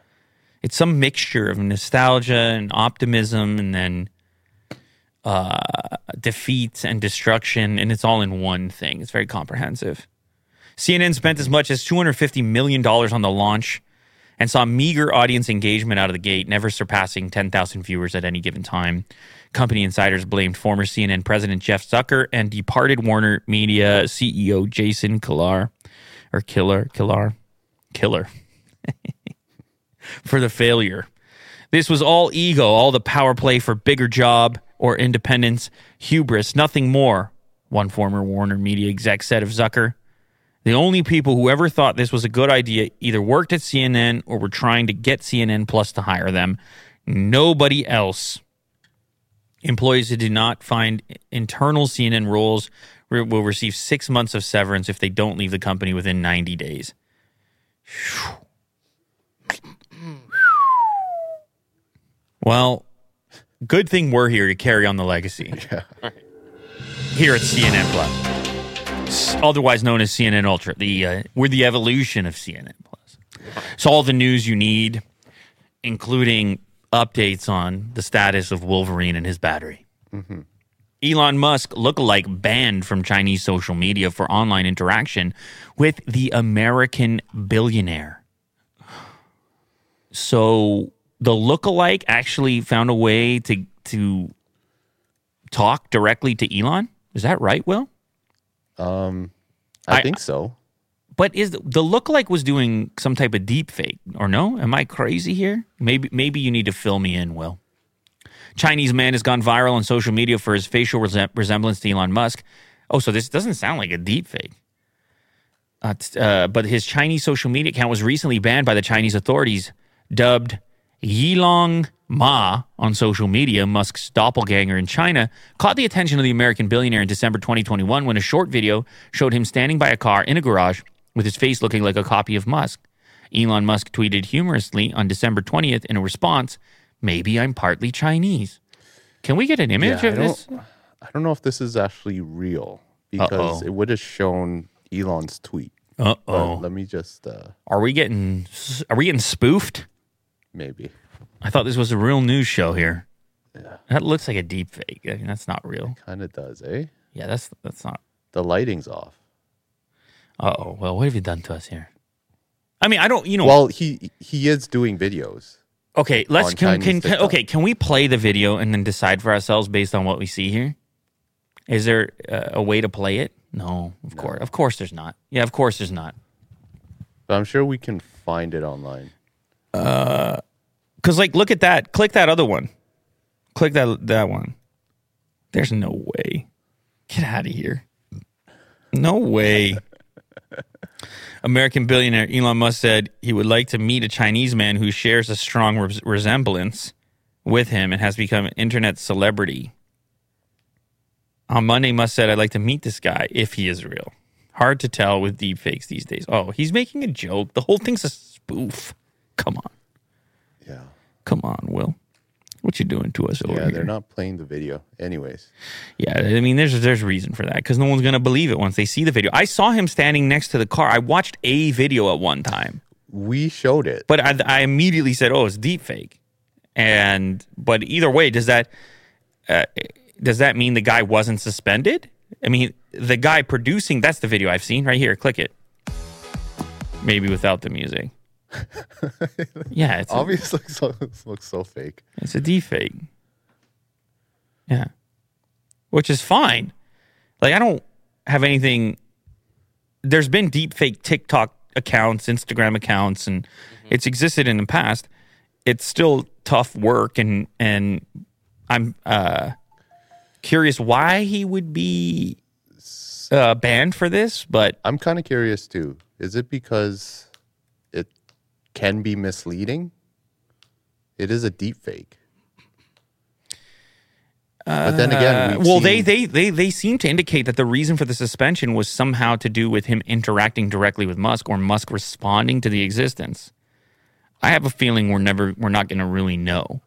it's some mixture of nostalgia and optimism and then uh, defeat and destruction and it's all in one thing it's very comprehensive cnn spent as much as $250 million on the launch and saw meager audience engagement out of the gate never surpassing 10,000 viewers at any given time company insiders blamed former cnn president jeff zucker and departed warner media ceo jason killar or killer killar killer for the failure. This was all ego, all the power play for bigger job or independence, hubris, nothing more, one former Warner Media exec said of Zucker. The only people who ever thought this was a good idea either worked at CNN or were trying to get CNN Plus to hire them. Nobody else. Employees who do not find internal CNN roles re- will receive six months of severance if they don't leave the company within 90 days. Well, good thing we're here to carry on the legacy. Here at CNN Plus, S- otherwise known as CNN Ultra, the uh, we're the evolution of CNN Plus. It's all the news you need, including updates on the status of Wolverine and his battery. Elon Musk lookalike banned from Chinese social media for online interaction with the American billionaire. So the lookalike actually found a way to to talk directly to Elon. Is that right, Will? I, I- think so. But is the, the lookalike was doing some type of deep fake or no? Am I crazy here? Maybe maybe you need to fill me in, Will. Chinese man has gone viral on social media for his facial resem- resemblance to Elon Musk. Oh, so this doesn't sound like a deep fake. Uh, t- uh, but his Chinese social media account was recently banned by the Chinese authorities, dubbed Yilong Ma on social media. Musk's doppelganger in China caught the attention of the American billionaire in December 2021 when a short video showed him standing by a car in a garage with his face looking like a copy of Musk. Elon Musk tweeted humorously on December 20th in a response, Maybe I'm partly Chinese. Can we get an image Yeah, I of this? I don't know if this is actually real because Uh-oh. it would have shown Elon's tweet. Uh But oh. let me just uh Are we getting are we getting spoofed? maybe. I thought this was a real news show here. That looks like a deep fake. I mean, that's not real. Kinda does, eh? Yeah, that's that's not. The lighting's off. Uh oh. Well, what have you done to us here? I mean, I don't. You know. Well, he he is doing videos. okay. Let's can, on can, Chinese can TikTok. okay. Can we play the video and then decide for ourselves based on what we see here? Is there uh, a way to play it? No, of course, of course, there's not. Yeah, of course, there's not. But I'm sure we can find it online. Because like, look at that. Click that other one. Click that that one. There's no way. Get out of here. No way. American billionaire Elon Musk said he would like to meet a Chinese man who shares a strong res- resemblance with him and has become an internet celebrity. On Monday, Musk said, I'd like to meet this guy if he is real. Hard to tell with deep fakes these days. Oh, he's making a joke. The whole thing's a spoof. Come on. Yeah. Come on, Will. What you doing to us over Yeah, here? they're not playing the video. Anyways. yeah, I mean, there's there's reason for that because no one's gonna believe it once they see the video. I saw him standing next to the car. I watched a video at one time, We showed it. but I, I immediately said, "Oh, it's deep fake." And but either way, does that uh, does that mean the guy wasn't suspended? I mean, the guy producing that's the video I've seen right here. Click it. Maybe without the music. yeah, it's a- Obviously so, this looks so fake. It's a defake. Yeah. Which is fine. Like I don't have anything there's been deepfake TikTok accounts, Instagram accounts, and it's existed in the past. It's still tough work, and and I'm uh, curious why he would be uh, banned for this, but I'm kind of curious too. Is it because it can be misleading? It is a deep fake. but then again, we've Uh, well, seen- they, they they they seem to indicate that the reason for the suspension was somehow to do with him interacting directly with Musk or Musk responding to the existence. I have a feeling we're never we're not going to really know.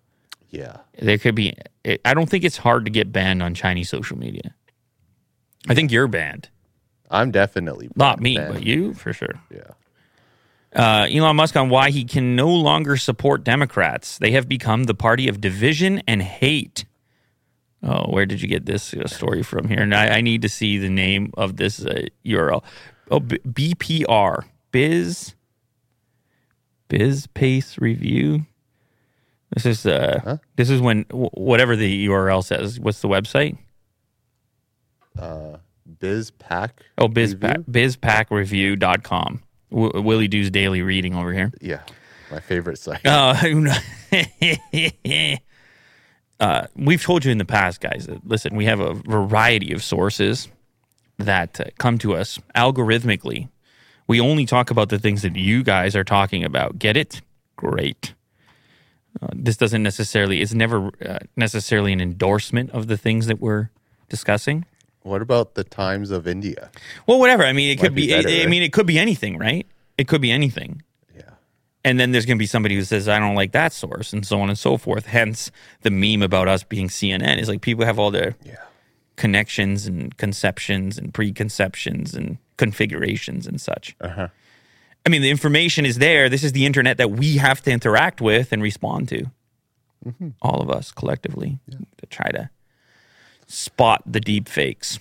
yeah, There could be. It, I don't think it's hard to get banned on Chinese social media. I think you're banned, I'm definitely not me, banned. but you for sure. Yeah, uh, Elon Musk on why he can no longer support Democrats. They have become the party of division and hate. Oh, where did you get this uh, story from here? And I, I need to see the name of this uh, URL. Oh, B- BPR, Biz, Biz Pace Review. This is uh, this is when w- whatever the URL says. What's the website? Biz Pack. Oh, Biz Review? pa- BizPackReview.com. W- Willie Doo's daily reading over here. Yeah, my favorite site. Uh, who kno- uh, we've told you in the past, guys, that listen, we have a variety of sources that uh, come to us algorithmically. We only talk about the things that you guys are talking about. Get it? Great. Uh, this doesn't necessarily, it's never uh, necessarily an endorsement of the things that we're discussing. What about the Times of India? Well, whatever. I mean, it could be be, I- better, I, right? mean, it could be anything, right? It could be anything. Yeah. And then there's going to be somebody who says, I don't like that source, and so on and so forth. Hence the meme about us being CNN is like people have all their Yeah. connections and conceptions and preconceptions and configurations and such. Uh-huh. I mean, the information is there. This is the internet that we have to interact with and respond to. All of us collectively to try to spot the deep fakes.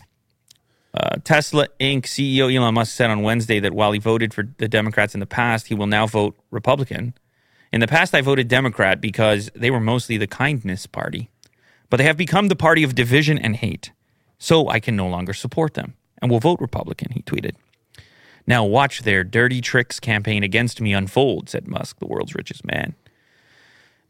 Uh, Tesla Inc. CEO Elon Musk said on Wednesday that while he voted for the Democrats in the past, he will now vote Republican. In the past, I voted Democrat because they were mostly the kindness party, but they have become the party of division and hate. So I can no longer support them and will vote Republican, he tweeted. Now watch their dirty tricks campaign against me unfold, said Musk, the world's richest man.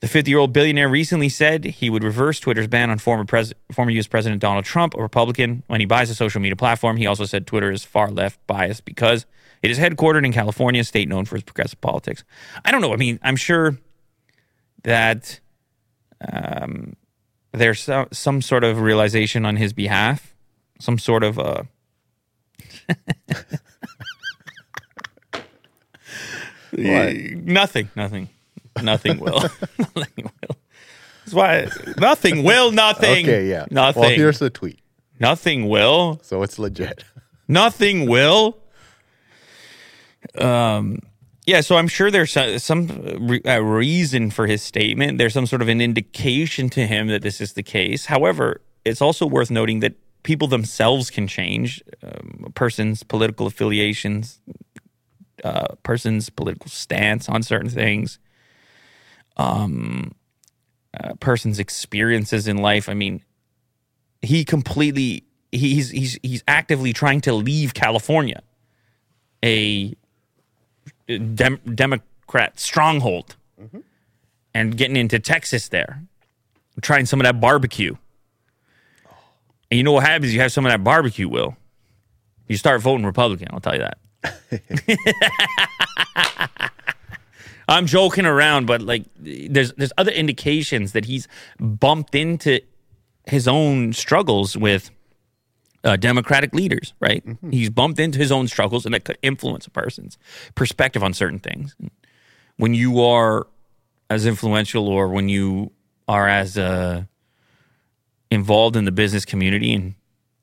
The 50 year old billionaire recently said he would reverse Twitter's ban on former, pres- former U.S. President Donald Trump, a Republican, when he buys a social media platform. He also said Twitter is far left biased because it is headquartered in California, a state known for its progressive politics. I don't know. I mean, I'm sure that um, there's some, some sort of realization on his behalf, some sort of. Uh, Nothing. Nothing. Nothing will. nothing will. That's why nothing will nothing. Okay. Yeah. Nothing. Well, here's the tweet, nothing will. so it's legit. Nothing will. Um. Yeah, so I'm sure there's some, some re- uh, reason for his statement. There's some sort of an indication to him that this is the case. However, it's also worth noting that people themselves can change. Um, a person's political affiliations, uh, person's political stance on certain things, um, a person's experiences in life. I mean, he completely he's he's he's actively trying to leave California, a dem- Democrat stronghold, and getting into Texas there, trying some of that barbecue. And you know what happens? You have some of that barbecue, Will. You start voting Republican. I'll tell you that. I'm joking around, but like, there's there's other indications that he's bumped into his own struggles with uh, Democratic leaders, right? He's bumped into his own struggles, and that could influence a person's perspective on certain things. When you are as influential, or when you are as uh, involved in the business community, and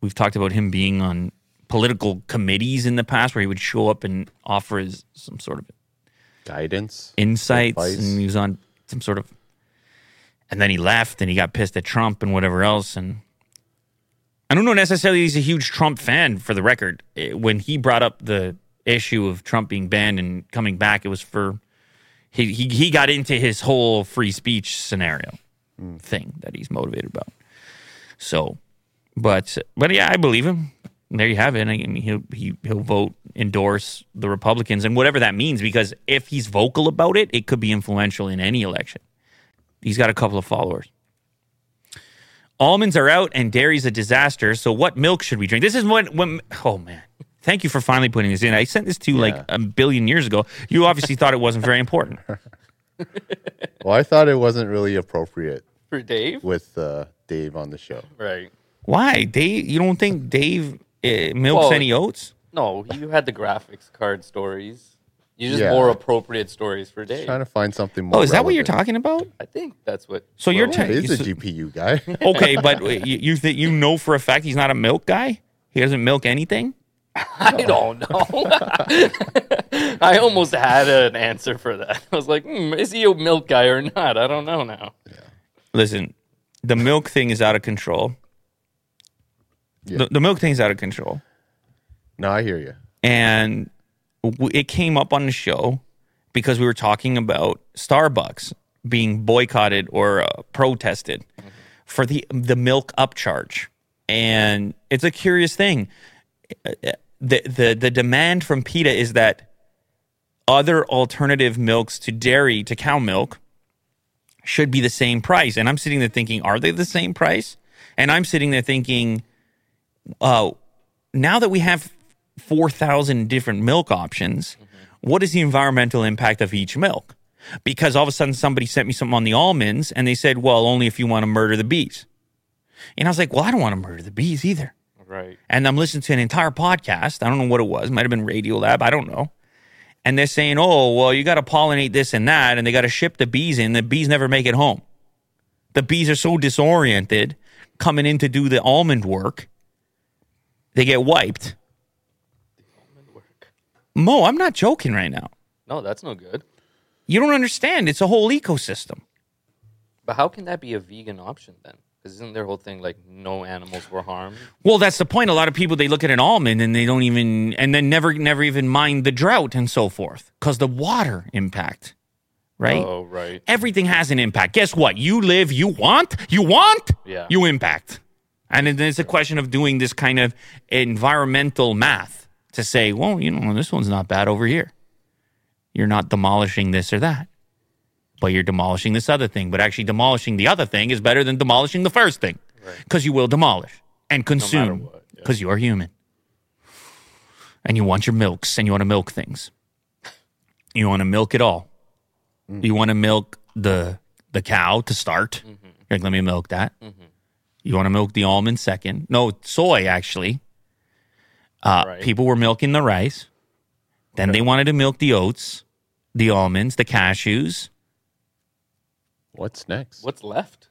we've talked about him being on political committees in the past, where he would show up and offer his some sort of Guidance. insights Advice. and he was on some sort of and then he left and he got pissed at Trump and whatever else and I don't know necessarily he's a huge Trump fan for the record Eh, when he brought up the issue of Trump being banned and coming back it was for he he, he got into his whole free speech scenario thing that he's motivated about so but but yeah I believe him And there you have it. And he'll he, he'll vote endorse the Republicans and whatever that means, because if he's vocal about it, it could be influential in any election. He's got a couple of followers. Almonds are out and dairy's a disaster. So what milk should we drink? This is what when oh man. Thank you for finally putting this in. I sent this to you like Yeah. a billion years ago. You obviously thought it wasn't very important. Well, I thought it wasn't really appropriate for Dave, with uh, Dave on the show. right? Why? Dave you don't think Dave uh, milks Well, any oats? No, you had the graphics card stories. You just Yeah. more appropriate stories for Dave. Trying to find something more. Oh, is that what you're relevant. talking about? I think that's what. So you're Yeah, telling he's a GPU guy. Okay, but you you, th- you know for a fact he's not a milk guy. He doesn't milk anything. I don't know. I almost had an answer for that. I was like, hmm, is he a milk guy or not? I don't know now. Listen, the milk thing is out of control. Yeah. The, the milk thing is out of control, no, I hear you. and w- it came up on the show because we were talking about Starbucks being boycotted or uh, protested for the the milk upcharge, and it's a curious thing. the the the demand from PETA is that other alternative milks to dairy to cow milk should be the same price. And I'm sitting there thinking, are they the same price? And I'm sitting there thinking, oh, now that we have four thousand different milk options, what is the environmental impact of each milk? Because all of a sudden somebody sent me something on the almonds and they said, well, only if you want to murder the bees. And I was like, well, I don't want to murder the bees either Right. and I'm listening to an entire podcast. I don't know what it was. Might have been Radio Lab. I don't know. And they're saying, oh, well, you got to pollinate this and that, and they got to ship the bees in. The bees never make it home. The bees are so disoriented coming in to do the almond work, they get wiped. Mo, I'm not joking right now. No, that's no good. You don't understand. It's a whole ecosystem. But how can that be a vegan option then? Because isn't their whole thing like no animals were harmed? Well, that's the point. A lot of people they look at an almond and they don't even and then never never even mind the drought and so forth because the water impact, right? Oh, right. Everything has an impact. Guess what? You live, you want, you want, Yeah. you impact. And then it's a question of doing this kind of environmental math to say, well, you know, this one's not bad over here. You're not demolishing this or that, but you're demolishing this other thing. But actually, demolishing the other thing is better than demolishing the first thing because you will demolish and consume what, because you are human and you want your milks and you want to milk things. You want to milk it all. Mm-hmm. You want to milk the the cow to start. You're like, let me milk that. You want to milk the almond second. No, soy actually. Uh, Right. People were milking the rice. Then they wanted to milk the oats, the almonds, the cashews. What's next? What's left?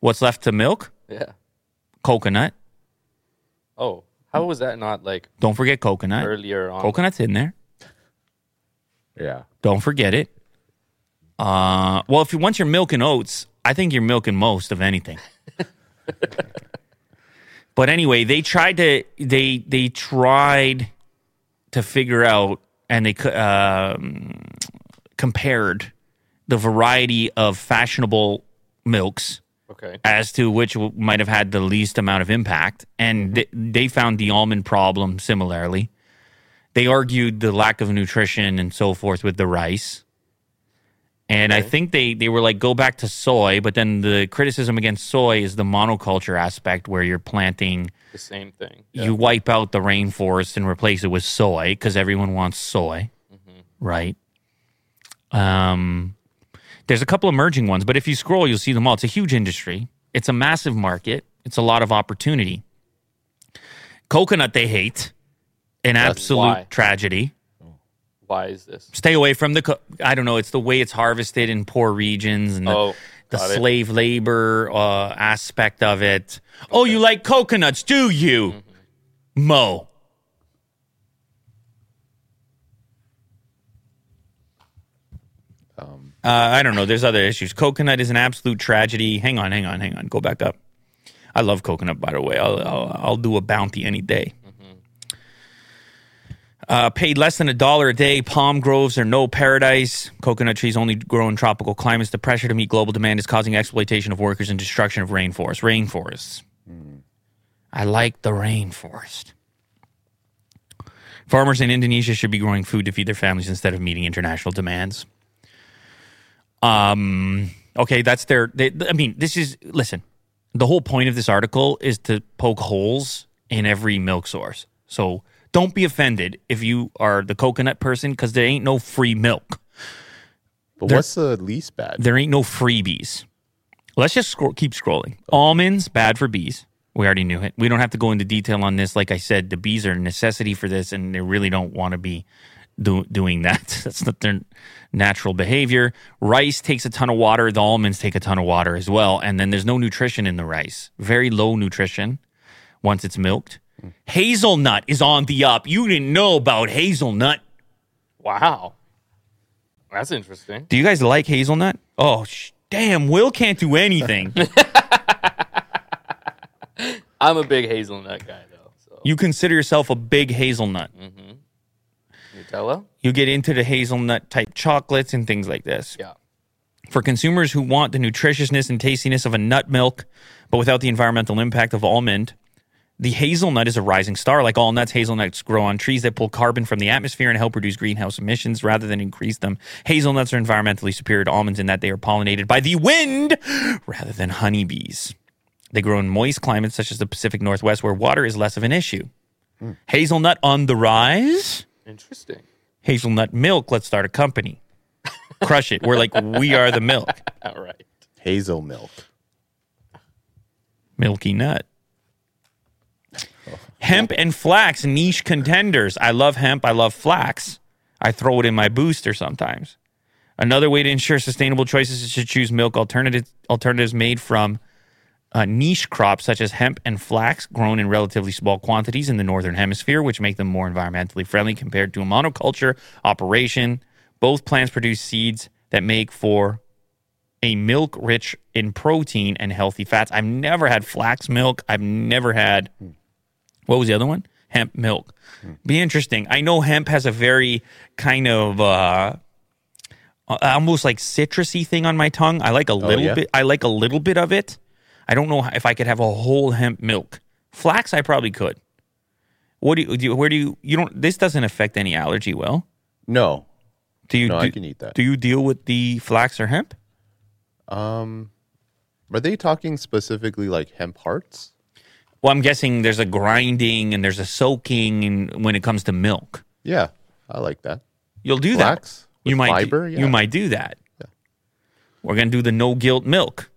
What's left to milk? Yeah. Coconut. Oh, how was that not like Don't forget coconut. earlier on? Coconut's in there. Yeah. Don't forget it. Uh, well, if you once you're milking oats, I think you're milking most of anything. but anyway, they tried to they they tried to figure out and they co- um, compared the variety of fashionable milks Okay. as to which w- might have had the least amount of impact. And th- they found the almond problem similarly. They argued the lack of nutrition and so forth with the rice. And I think they, they were like, go back to soy. But then the criticism against soy is the monoculture aspect where you're planting, The same thing. you wipe out the rainforest and replace it with soy because everyone wants soy. Right. Um, there's a couple emerging ones, but if you scroll, you'll see them all. It's a huge industry. It's a massive market. It's a lot of opportunity. Coconut, they hate, an absolute why. tragedy. Why is this? Stay away from the. Co- I don't know. It's the way it's harvested in poor regions and the, Oh, the got it. slave labor uh, aspect of it. Oh, you like coconuts, do you, Mm-hmm. Mo? Um. Uh, I don't know. There's other issues. Coconut is an absolute tragedy. Hang on, hang on, hang on. Go back up. I love coconut, by the way. I'll, I'll, I'll do a bounty any day. Uh, paid less than a dollar a day. Palm groves are no paradise. Coconut trees only grow in tropical climates. The pressure to meet global demand is causing exploitation of Hmm. workers and destruction of rainforests. Rainforests. I like the rainforest. Farmers in Indonesia should be growing food to feed their families instead of meeting international demands. Um, okay, that's their. They, I mean, this is listen. The whole point of this article is to poke holes in every milk source. So don't be offended if you are the coconut person because there ain't no free milk. But There- what's the least bad? There ain't no freebies. Let's just scroll, keep scrolling. Almonds bad for bees. We already knew it. We don't have to go into detail on this. Like I said, the bees are a necessity for this, and they really don't want to be do- doing that. That's not their natural behavior. Rice takes a ton of water. The almonds take a ton of water as well. And then there's no nutrition in the rice. Very low nutrition once it's milked. Hazelnut is on the up. You didn't know about hazelnut. Wow. That's interesting. Do you guys like hazelnut? Oh, sh- damn. Will can't do anything. I'm a big hazelnut guy, though. So, you consider yourself a big hazelnut. Nutella? You get into the hazelnut type chocolates and things like this. Yeah. For consumers who want the nutritiousness and tastiness of a nut milk, but without the environmental impact of almond, the hazelnut is a rising star. Like all nuts, hazelnuts grow on trees that pull carbon from the atmosphere and help reduce greenhouse emissions rather than increase them. Hazelnuts are environmentally superior to almonds in that they are pollinated by the wind rather than honeybees. They grow in moist climates such as the Pacific Northwest where water is less of an issue. Hazelnut on the rise Interesting. hazelnut milk. Let's start a company. Crush it. We're like, we are the milk. All right. Hazel milk. Milky nut. Hemp and flax, niche contenders. I love hemp. I love flax. I throw it in my booster sometimes. Another way to ensure sustainable choices is to choose milk alternatives, alternatives made from uh, niche crops such as hemp and flax grown in relatively small quantities in the northern hemisphere, which make them more environmentally friendly compared to a monoculture operation. Both plants produce seeds that make for a milk rich in protein and healthy fats. I've never had flax milk. I've never had what was the other one? Hemp milk. Hmm. Be interesting. I know hemp has a very kind of uh uh, almost like citrusy thing on my tongue. I like a little Oh, yeah? bit I like a little bit of it. I don't know if I could have a whole hemp milk. Flax I probably could. What do you, do you where do you you don't this doesn't affect any allergy, well? No, Do you No, I do- can eat that. Do you deal with the flax or hemp? Um, Are they talking specifically like hemp hearts? Well, I'm guessing there's a grinding and there's a soaking and when it comes to milk. Yeah, I like that. You'll do Flax that. You with might do- fiber, yeah. you might do that. We're going to do the no guilt milk.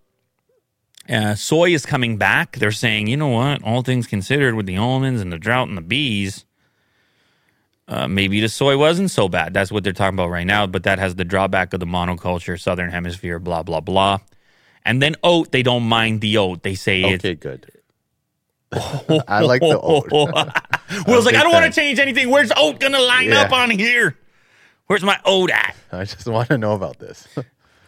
Uh, soy is coming back. They're saying, you know what? All things considered, with the almonds and the drought and the bees, uh, maybe the soy wasn't so bad. That's what they're talking about right now. But that has the drawback of the monoculture, southern hemisphere, blah blah blah. And then oat, they don't mind the oat. They say it's Okay, good. I like the oat. Will's like, big I don't want fan. to change anything. Where's oat gonna line Yeah. up on here? Where's my oat at? I just want to know about this.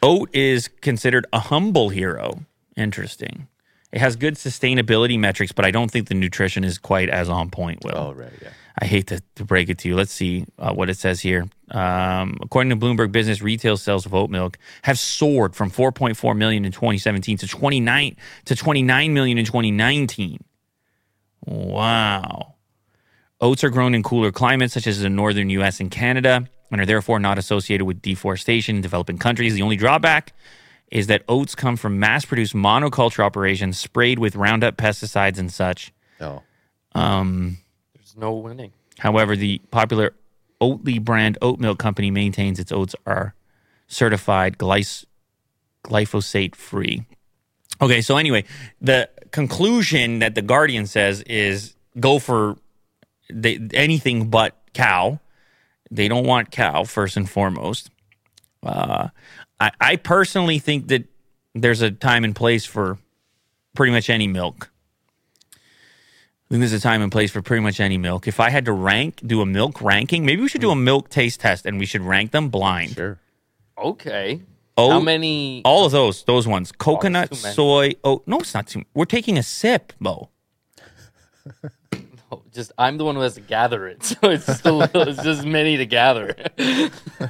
Oat is considered a humble hero. Interesting. It has good sustainability metrics, but I don't think the nutrition is quite as on point. Will All right, yeah. I hate to, to break it to you. Let's see uh, what it says here. Um, according to Bloomberg Business, retail sales of oat milk have soared from 4.4 million in 2017 to 29 to 29 million in 2019. Wow. Oats are grown in cooler climates, such as the northern U.S. and Canada, and are therefore not associated with deforestation in developing countries. The only drawback is that oats come from mass-produced monoculture operations sprayed with Roundup pesticides and such. No. There's no winning. However, the popular Oatly brand oat milk company maintains its oats are certified glyce- glyphosate free. Okay, so anyway, the conclusion that the Guardian says is go for they, anything but cow. They don't want cow first and foremost. Uh, I, I personally think that there's a time and place for pretty much any milk. I think there's a time and place for pretty much any milk. If I had to rank, do a milk ranking, maybe we should do a milk taste test and we should rank them blind. Sure. Okay. Oh, How many? All of those, those ones. Coconut, Oh, too many. soy, oh no, it's not too We're taking a sip, Bo. Oh, just I'm the one who has to gather it, so it's just a little, it's just many to gather.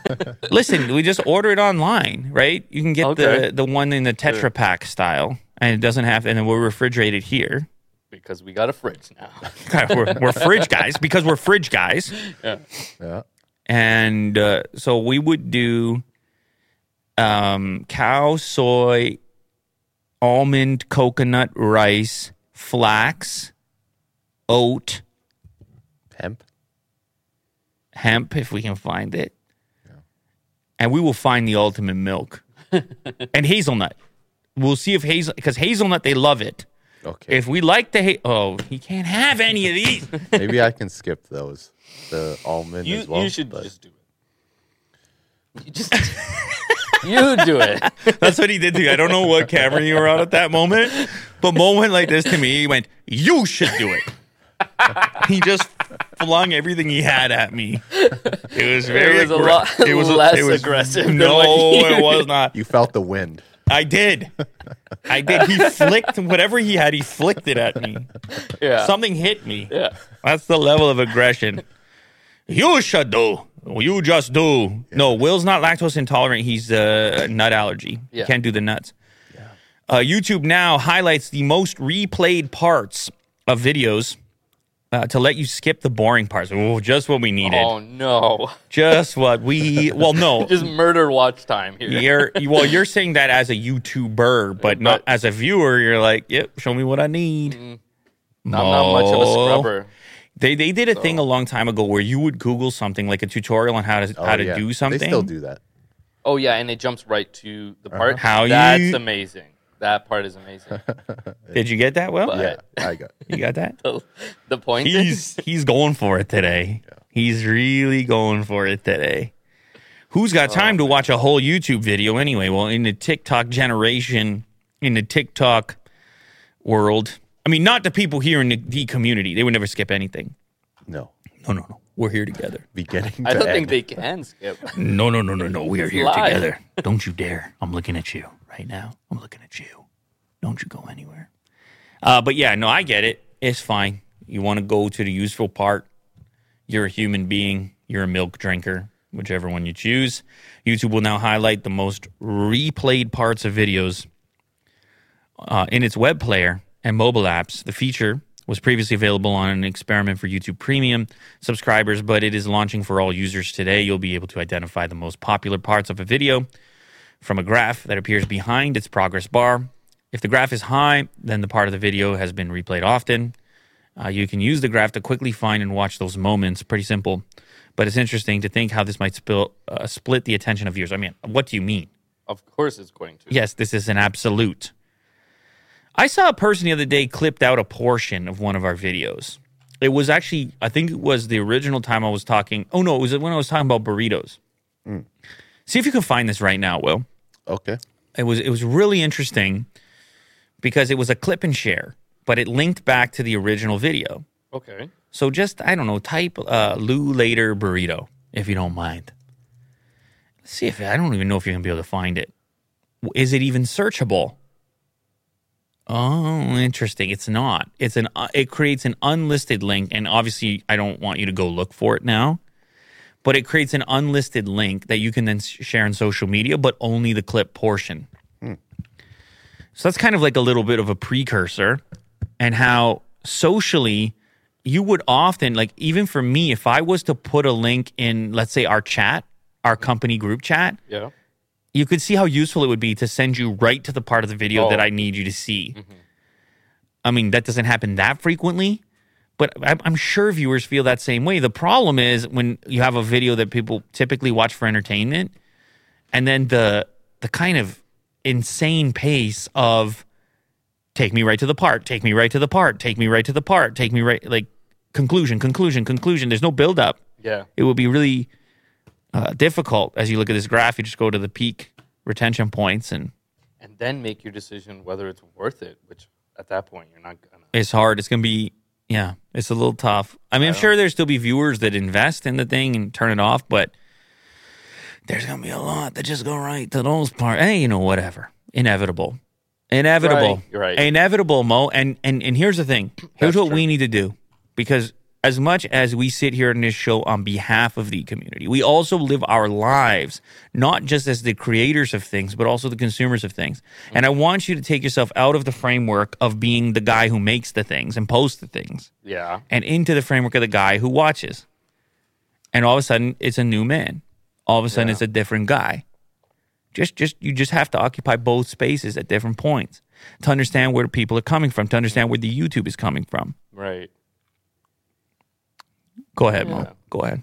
Listen, we just order it online, right? You can get Okay. the the one in the Tetra Pak style and it doesn't have and then we'll refrigerate it here. because we got a fridge now. God, we're, we're fridge guys because we're fridge guys. Yeah. and uh, so we would do um, cow, soy, almond, coconut, rice, flax, oat, Hemp. hemp if we can find it, and we will find the ultimate milk and hazelnut. We'll see if hazel because hazelnut they love it. Okay. If we like the ha- oh, he can't have any of these. Maybe I can skip those. The almond You as well. you should but- just do it. You just you do it. That's what he did to you. I don't know what camera you were on at that moment, but Mo went like this to me. He went, "You should do it." he just flung everything he had at me. It was very. was a aggra- lot less aggressive than No, what you- it was not. you felt the wind. I did. I did. He flicked whatever he had. He flicked it at me. Yeah. Something hit me. yeah. That's the level of aggression. You should do. You just do. No, Will's not lactose intolerant. He's uh, a nut allergy. Yeah. Can't do the nuts. Uh, YouTube now highlights the most replayed parts of videos uh, to let you skip the boring parts. Ooh, just what we needed. Oh no. Just what we. Well, no. Just murder watch time here. you're well. You're saying that as a YouTuber, but not as a viewer. You're like, yep. Show me what I need. I'm not much of a Mo. scrubber. They they did a thing a long time ago where you would Google something like a tutorial on how to Oh, how to yeah. do something. They still do that. Oh yeah, and it jumps right to the part. How you- That's amazing. That part is amazing. Did you get that? Well, But- Yeah, I got. you got that. the, the point is He's he's going for it today. He's really going for it today. Who's got time to watch a whole YouTube video anyway? Well, in the TikTok generation, in the TikTok world, I mean, not the people here in the, the community. They would never skip anything. No, No, no, no. We're here together. beginning. To I don't think end. they can skip. No, no, no, no, no. We are here live. together. Don't you dare. I'm looking at you right now. I'm looking at you. Don't you go anywhere. Uh, but yeah, no, I get it. It's fine. You want to go to the useful part. You're a human being. You're a milk drinker, whichever one you choose. YouTube will now highlight the most replayed parts of videos uh, in its web player and mobile apps. The feature was previously available on an experiment for YouTube Premium subscribers, but it is launching for all users today. You'll be able to identify the most popular parts of a video from a graph that appears behind its progress bar. If the graph is high, then the part of the video has been replayed often. Uh, you can use the graph to quickly find and watch those moments. Pretty simple, but it's interesting to think how this might spill, uh, split the attention of viewers. I mean, what do you mean? Of course, it's going to. Yes, this is an absolute. I saw a person the other day clipped out a portion of one of our videos. It was actually, I think it was the original time I was talking. Oh no, it was when I was talking about burritos. See if you can find this right now, Will. Okay. It was it was really interesting because it was a clip and share, but it linked back to the original video. Okay. So just I don't know, type uh, Lou later burrito if you don't mind. Let's see if I don't even know if you're gonna be able to find it. W- Is it even searchable? Oh, interesting. It's not. It's an uh, it creates an unlisted link, and obviously I don't want you to go look for it now. But it creates an unlisted link that you can then s- share on social media, but only the clip portion. So that's kind of like a little bit of a precursor and how socially you would often like even for me if I was to put a link in let's say our chat, our company group chat, Yeah. you could see how useful it would be to send you right to the part of the video Oh. that I need you to see. I mean, that doesn't happen that frequently, but I'm I'm sure viewers feel that same way. The problem is when you have a video that people typically watch for entertainment, and then the the kind of insane pace of take me right to the part, take me right to the part, take me right to the part, take me right like conclusion, conclusion, conclusion. There's no build up Yeah. it would be really uh, difficult as you look at this graph. You just go to the peak retention points, and And then make your decision whether it's worth it, which at that point you're not gonna. it's hard. It's going to be, yeah, it's a little tough. I mean, I'm sure there'll still be viewers that invest in the thing and turn it off, but there's going to be a lot that just go right to those parts. Hey, you know, whatever. Inevitable. Inevitable. Right, you're right. Inevitable, Mo. And, and, and here's the thing here's That's what true. we need to do because as much as we sit here in this show on behalf of the community, we also live our lives, not just as the creators of things, but also the consumers of things. And I want you to take yourself out of the framework of being the guy who makes the things and posts the things Yeah. and into the framework of the guy who watches. And all of a sudden, it's a new man. All of a sudden, it's a different guy. Just, just you just have to occupy both spaces at different points to understand where people are coming from, to understand where the YouTube is coming from. Right. Go ahead, Yeah. Mo. Go ahead.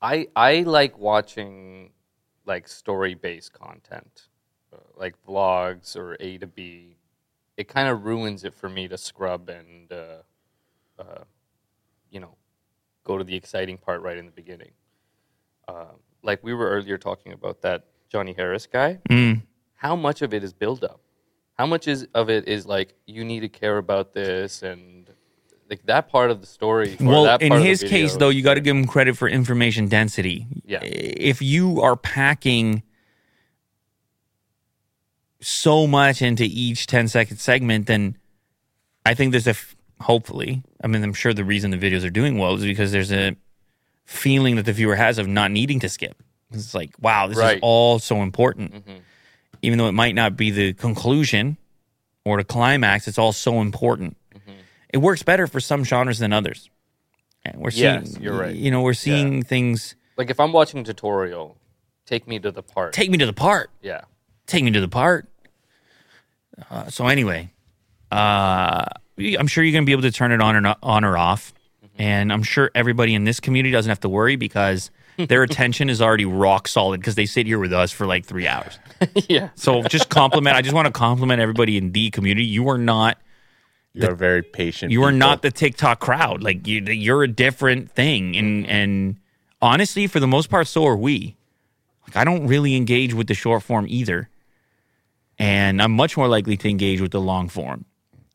I I like watching like story based content, uh, like vlogs or A to B. It kind of ruins it for me to scrub and, uh, uh, you know, go to the exciting part right in the beginning. Uh, like we were earlier talking about that Johnny Harris guy. Mm. How much of it is build up? How much is of it is like you need to care about this and like that part of the story? or Well, that in part of the his video case, though, is you got to good. give him credit for information density. Yeah. If you are packing so much into each 10 second segment, then I think there's a, f- hopefully, I mean, I'm sure the reason the videos are doing well is because there's a feeling that the viewer has of not needing to skip. It's like, wow, this Right. Mm-hmm. is all so important. Even though it might not be the conclusion or the climax, it's all so important. Mm-hmm. It works better for some genres than others. And we're seeing, Yes, you're right. You know, we're seeing things Like if I'm watching a tutorial, take me to the part. take me to the part. yeah. take me to the part. Uh, so anyway, uh, I'm sure you're gonna be able to turn it on or not, on or off, Mm-hmm. and I'm sure everybody in this community doesn't have to worry because their attention is already rock solid because they sit here with us for like three hours. yeah. So just compliment. I just want to compliment everybody in the community. You are not You are very patient. you are people. not the TikTok crowd. Like you, you're a different thing. And and honestly, for the most part, so are we. Like I don't really engage with the short form either, and I'm much more likely to engage with the long form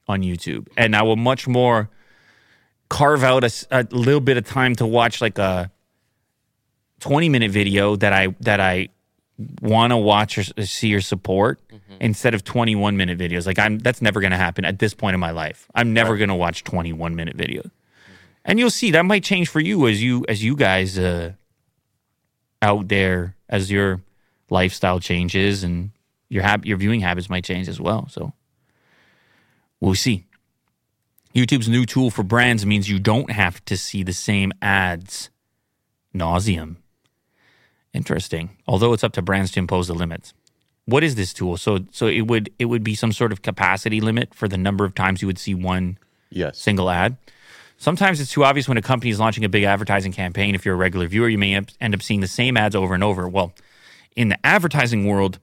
on YouTube. And I will much more carve out a, s- a little bit of time to watch like a 20 minute video that I that I want to watch or s- see or support instead of 21 minute videos. Like I'm that's never going to happen at this point in my life. I'm never going to watch 21 minute videos. And you'll see that might change for you as you as you guys uh out there as your lifestyle changes and your hab- your viewing habits might change as well. So we'll see. YouTube's new tool for brands means you don't have to see the same ads nauseum. Interesting. Although it's up to brands to impose the limits. What is this tool? So so it would it would be some sort of capacity limit for the number of times you would see one Yes. single ad. Sometimes it's too obvious when a company is launching a big advertising campaign. If you're a regular viewer, you may up- end up seeing the same ads over and over. Well, in the advertising world,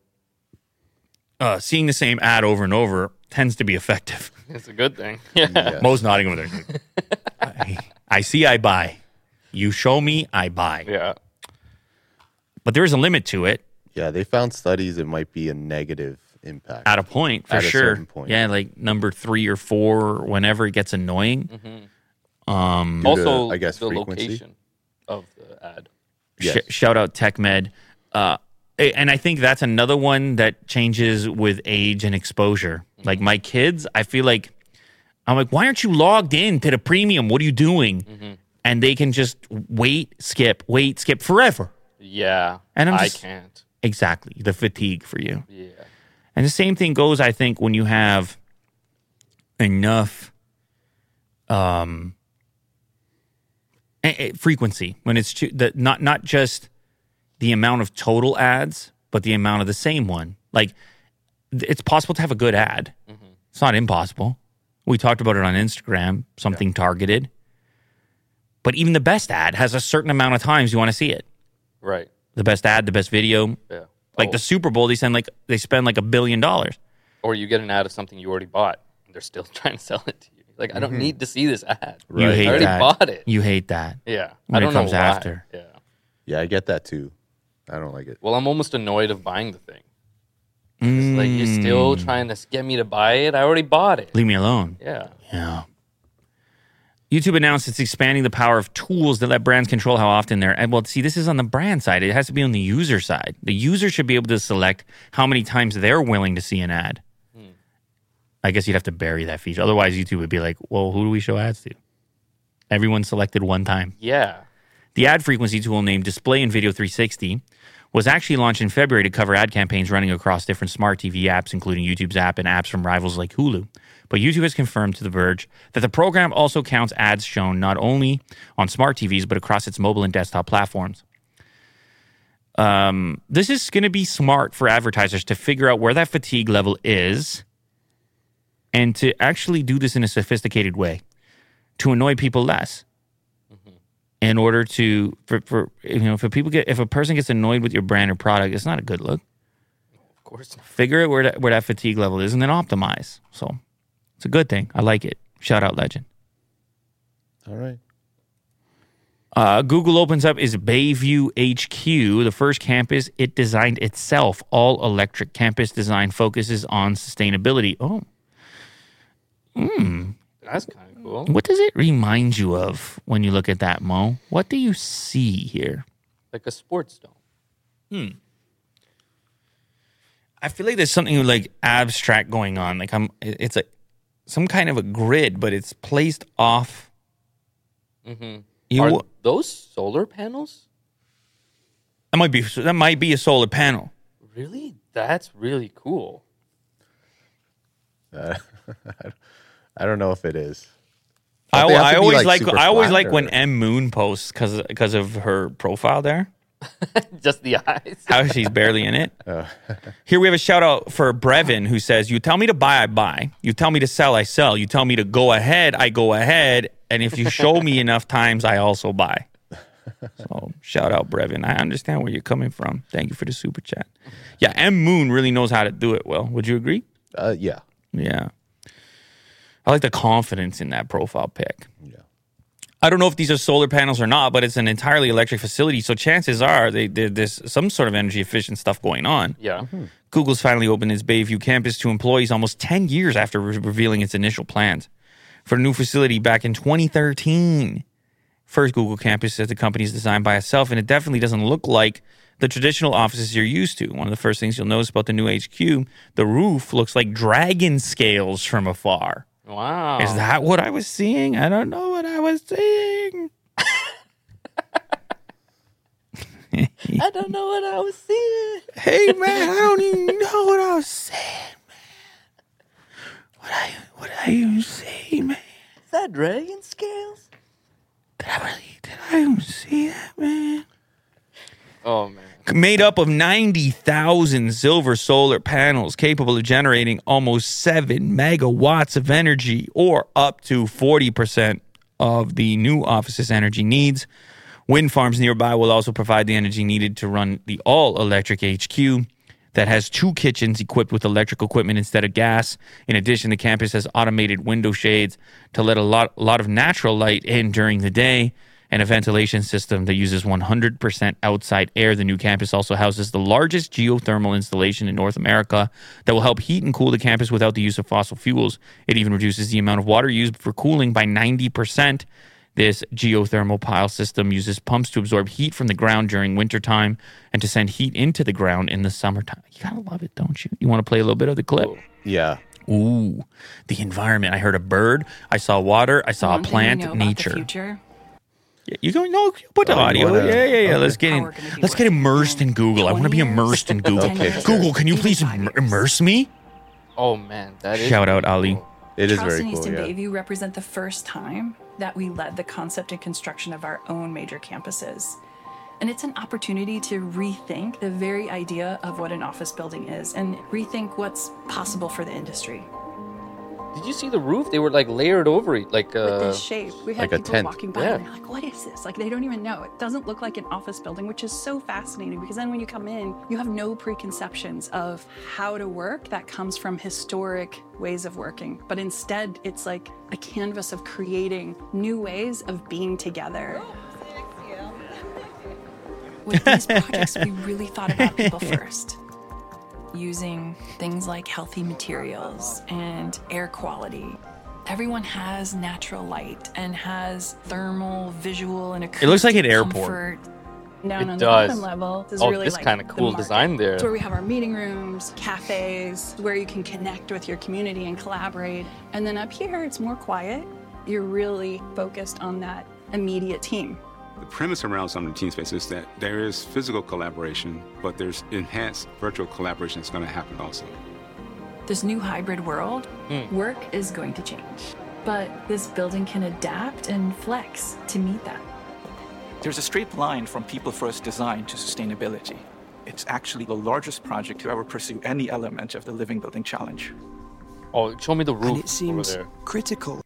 uh, seeing the same ad over and over tends to be effective. It's a good thing. Yeah. Yes. Mo's nodding over there. I, I see, I buy. You show me, I buy. Yeah. But there is a limit to it. Yeah, they found studies it might be a negative impact. at a point for At a sure. certain point. Yeah, like number three or four, whenever it gets annoying. Mm-hmm. Um, Due to, also, I guess, the frequency. location of the ad. Yes. sh- shout out TechMed. Uh, a- and I think that's another one that changes with age and exposure. Mm-hmm. Like my kids, I feel like I'm like, why aren't you logged in to the premium? What are you doing? Mm-hmm. And they can just wait, skip, wait, skip forever. Yeah. And I'm I just- can't. Exactly, the fatigue for you. Yeah. And the same thing goes, I think, when you have enough um, a- a- frequency, when it's too, the, not not just the amount of total ads, but the amount of the same one. Like th- it's possible to have a good ad. It's not impossible. We talked about it on Instagram, something targeted. But even the best ad has a certain amount of times you want to see it. Right. The best ad, the best video. Yeah. Like oh, the Super Bowl, they send like they spend like a billion dollars. or you get an ad of something you already bought, and they're still trying to sell it to you. Like I don't need to see this ad. Mm-hmm. Right. You hate I already that. bought it. You hate that. Yeah. When I it don't know comes why. after. Yeah. Yeah, I get that too. I don't like it. Well, I'm almost annoyed of buying the thing. It's like you're still Mm. trying to get me to buy it. I already bought it. Leave me alone. Yeah. Yeah. YouTube announced it's expanding the power of tools that let brands control how often they're. And well, see, this is on the brand side. It has to be on the user side. The user should be able to select how many times they're willing to see an ad. Hmm. I guess you'd have to bury that feature. Otherwise, YouTube would be like, well, who do we show ads to? Everyone selected one time. Yeah. The ad frequency tool named Display and Video 360 was actually launched in February to cover ad campaigns running across different smart TV apps, including YouTube's app and apps from rivals like Hulu. But YouTube has confirmed to The Verge that the program also counts ads shown not only on smart TVs, but across its mobile and desktop platforms. Um, this is going to be smart for advertisers to figure out where that fatigue level is and to actually do this in a sophisticated way to annoy people less in order to for, for you know if a people get if a person gets annoyed with your brand or product it's not a good look Of course not. figure out where that, where that fatigue level is and then optimize so it's a good thing i like it shout out legend All right. uh, google opens up is bayview hq the first campus it designed itself all electric campus design focuses on sustainability oh That's kind of cool. what does it remind you of when you look at that mo what do you see here Like a sports dome. I feel like there's something like abstract going on. Like I'm, it- it's a some kind of a grid, but it's placed off. Mm-hmm. You Are know, what? those solar panels? that might be that might be a solar panel. Really? That's really cool. Uh, I don't know if it is. I, they have to I be, always like, like, super I always flat, like when or- M Moon posts because because of her profile there. Just the eyes. How she's barely in it. Here we have a shout out for Brevin who says, "You tell me to buy, I buy. You tell me to sell, I sell. You tell me to go ahead, I go ahead. And if you show me enough times, I also buy." So shout out Brevin. I understand where you're coming from. Thank you for the super chat. Yeah, M Moon really knows how to do it. Well, would you agree? Uh, yeah. Yeah. I like the confidence in that profile pic. Yeah. I don't know if these are solar panels or not, but it's an entirely electric facility. So chances are they, there- there's some sort of energy efficient stuff going on. yeah. Google's finally opened its Bayview campus to employees almost 10 years after re- revealing its initial plans for a new facility back in 2013. First Google campus that the company is designed by itself, and it definitely doesn't look like the traditional offices you're used to. One of the first things you'll notice about the new HQ, the roof looks like dragon scales from afar. Wow. Is that what I was seeing? I don't know what I was seeing. I don't know what I was seeing. Hey man, I don't even know what I was saying, man. What I what I even see, man? Is that dragon scales? Did I really did I even see that, man? Oh man. Made up of ninety thousand silver solar panels, capable of generating almost seven megawatts of energy, or up to forty percent of the new office's energy needs. Wind farms nearby will also provide the energy needed to run the all electric HQ that has two kitchens equipped with electric equipment instead of gas. In addition, the campus has automated window shades to let a lot, a lot of natural light in during the day and a ventilation system that uses 100% outside air. The new campus also houses the largest geothermal installation in North America that will help heat and cool the campus without the use of fossil fuels. It even reduces the amount of water used for cooling by 90%. This geothermal pile system uses pumps to absorb heat from the ground during wintertime and to send heat into the ground in the summertime. You gotta love it, don't you? You wanna play a little bit of the clip? Yeah. Ooh, the environment. I heard a bird, I saw water, I saw One a thing we Uh, plant, know about the nature. future, Yeah, You going, no, you put the Oh, you audio. wanna- yeah, yeah, yeah. Let's get How in, we're gonna be let's get working immersed in in Google. I wanna 20 be immersed in years, Google. 10 years, Google, can you please 85 immer- years. immerse me? Oh man. That is Shout out, Ali. It is Charleston very cool. Easton Yeah. Bayview represent the first time that we led the concept and construction of our own major campuses. And it's an opportunity to rethink the very idea of what an office building is and rethink what's possible for the industry. Did you see the roof? They were like layered over it, like With uh, this shape, we had like a people tent. walking by Yeah. and they're like, "What is this?" Like they don't even know. It doesn't look like an office building, which is so fascinating because then when you come in, you have no preconceptions of how to work that comes from historic ways of working. But instead, it's like a canvas of creating new ways of being together. With these projects, we really thought about people first using things like healthy materials and air quality. Everyone has natural light and has thermal, visual, and acoustic looks like an airport. comfort. Down It on does. the bottom level is Oh, really this like kinda the cool market. design there. It's where we have our meeting rooms, cafes, where you can connect with your community and collaborate. And then up here, it's more quiet. you're really focused on that immediate team. The premise around Summit Team Space is that there is physical collaboration, but there's enhanced virtual collaboration that's going to happen also. This new hybrid world, Hmm. work is going to change. But this building can adapt and flex to meet that. There's a straight line from people first design to sustainability. It's actually the largest project to ever pursue any element of the Living Building Challenge. Oh, show me the roof and it seems over there. critical.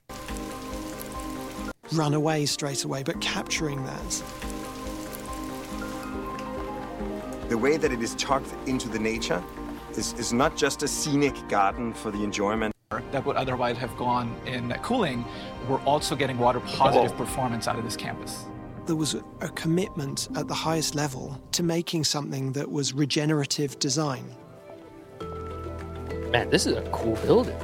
Run away straight away, but capturing that. The way that it is tucked into the nature is, is not just a scenic garden for the enjoyment. That would otherwise have gone in cooling, we're also getting water positive performance out of this campus. There was a commitment at the highest level to making something that was regenerative design. Man, this is a cool building.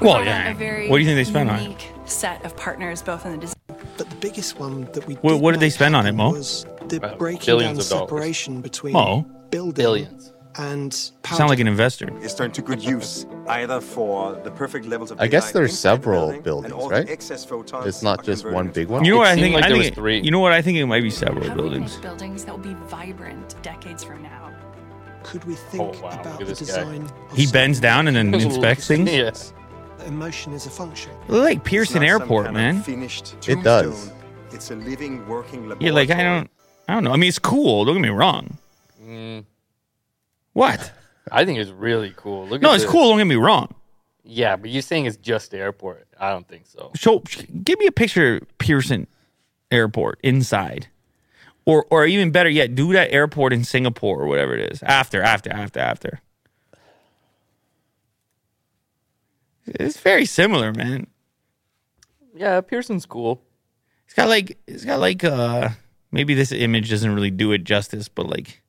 Well, We've got yeah. A very What do you think they spent on it? unique Set of partners, both in the design. But the biggest one that we Wha- did what did they make spend on it, happen Mo? Was the Well, breaking Uh, billions down of dollars. separation between Mo? building Billions. and power. Sound like an investor. Is turned to good use, either for the perfect levels of I guess daylight there's inside the several building, buildings, and all right? The excess photons It's not are just converted one into big one. You know It what I seemed think? like I there think was three. You know what I think? It might be several How do we buildings. make buildings that will be vibrant Decades from now. Could we think Oh, wow, about look at the this guy. design? of He something bends down and then inspects things. Yes. that Emotion is a function. Look like It's Pearson not some Airport, kind of man. Finished It does. tombstone. It's a living, working laboratory. Yeah, like I don't, I don't know. I mean, it's cool. Don't get me wrong. What? I think it's really cool. Look No, at it's this. cool. Don't get me wrong. Yeah, but you're saying it's just the airport. I don't think so. So, give me a picture of Pearson Airport inside, or or even better yet, do that airport in Singapore or whatever it is. After, after, after, after. It's very similar, man. Yeah, Pearson's cool. It's got like it's got like uh maybe this image doesn't really do it justice, but like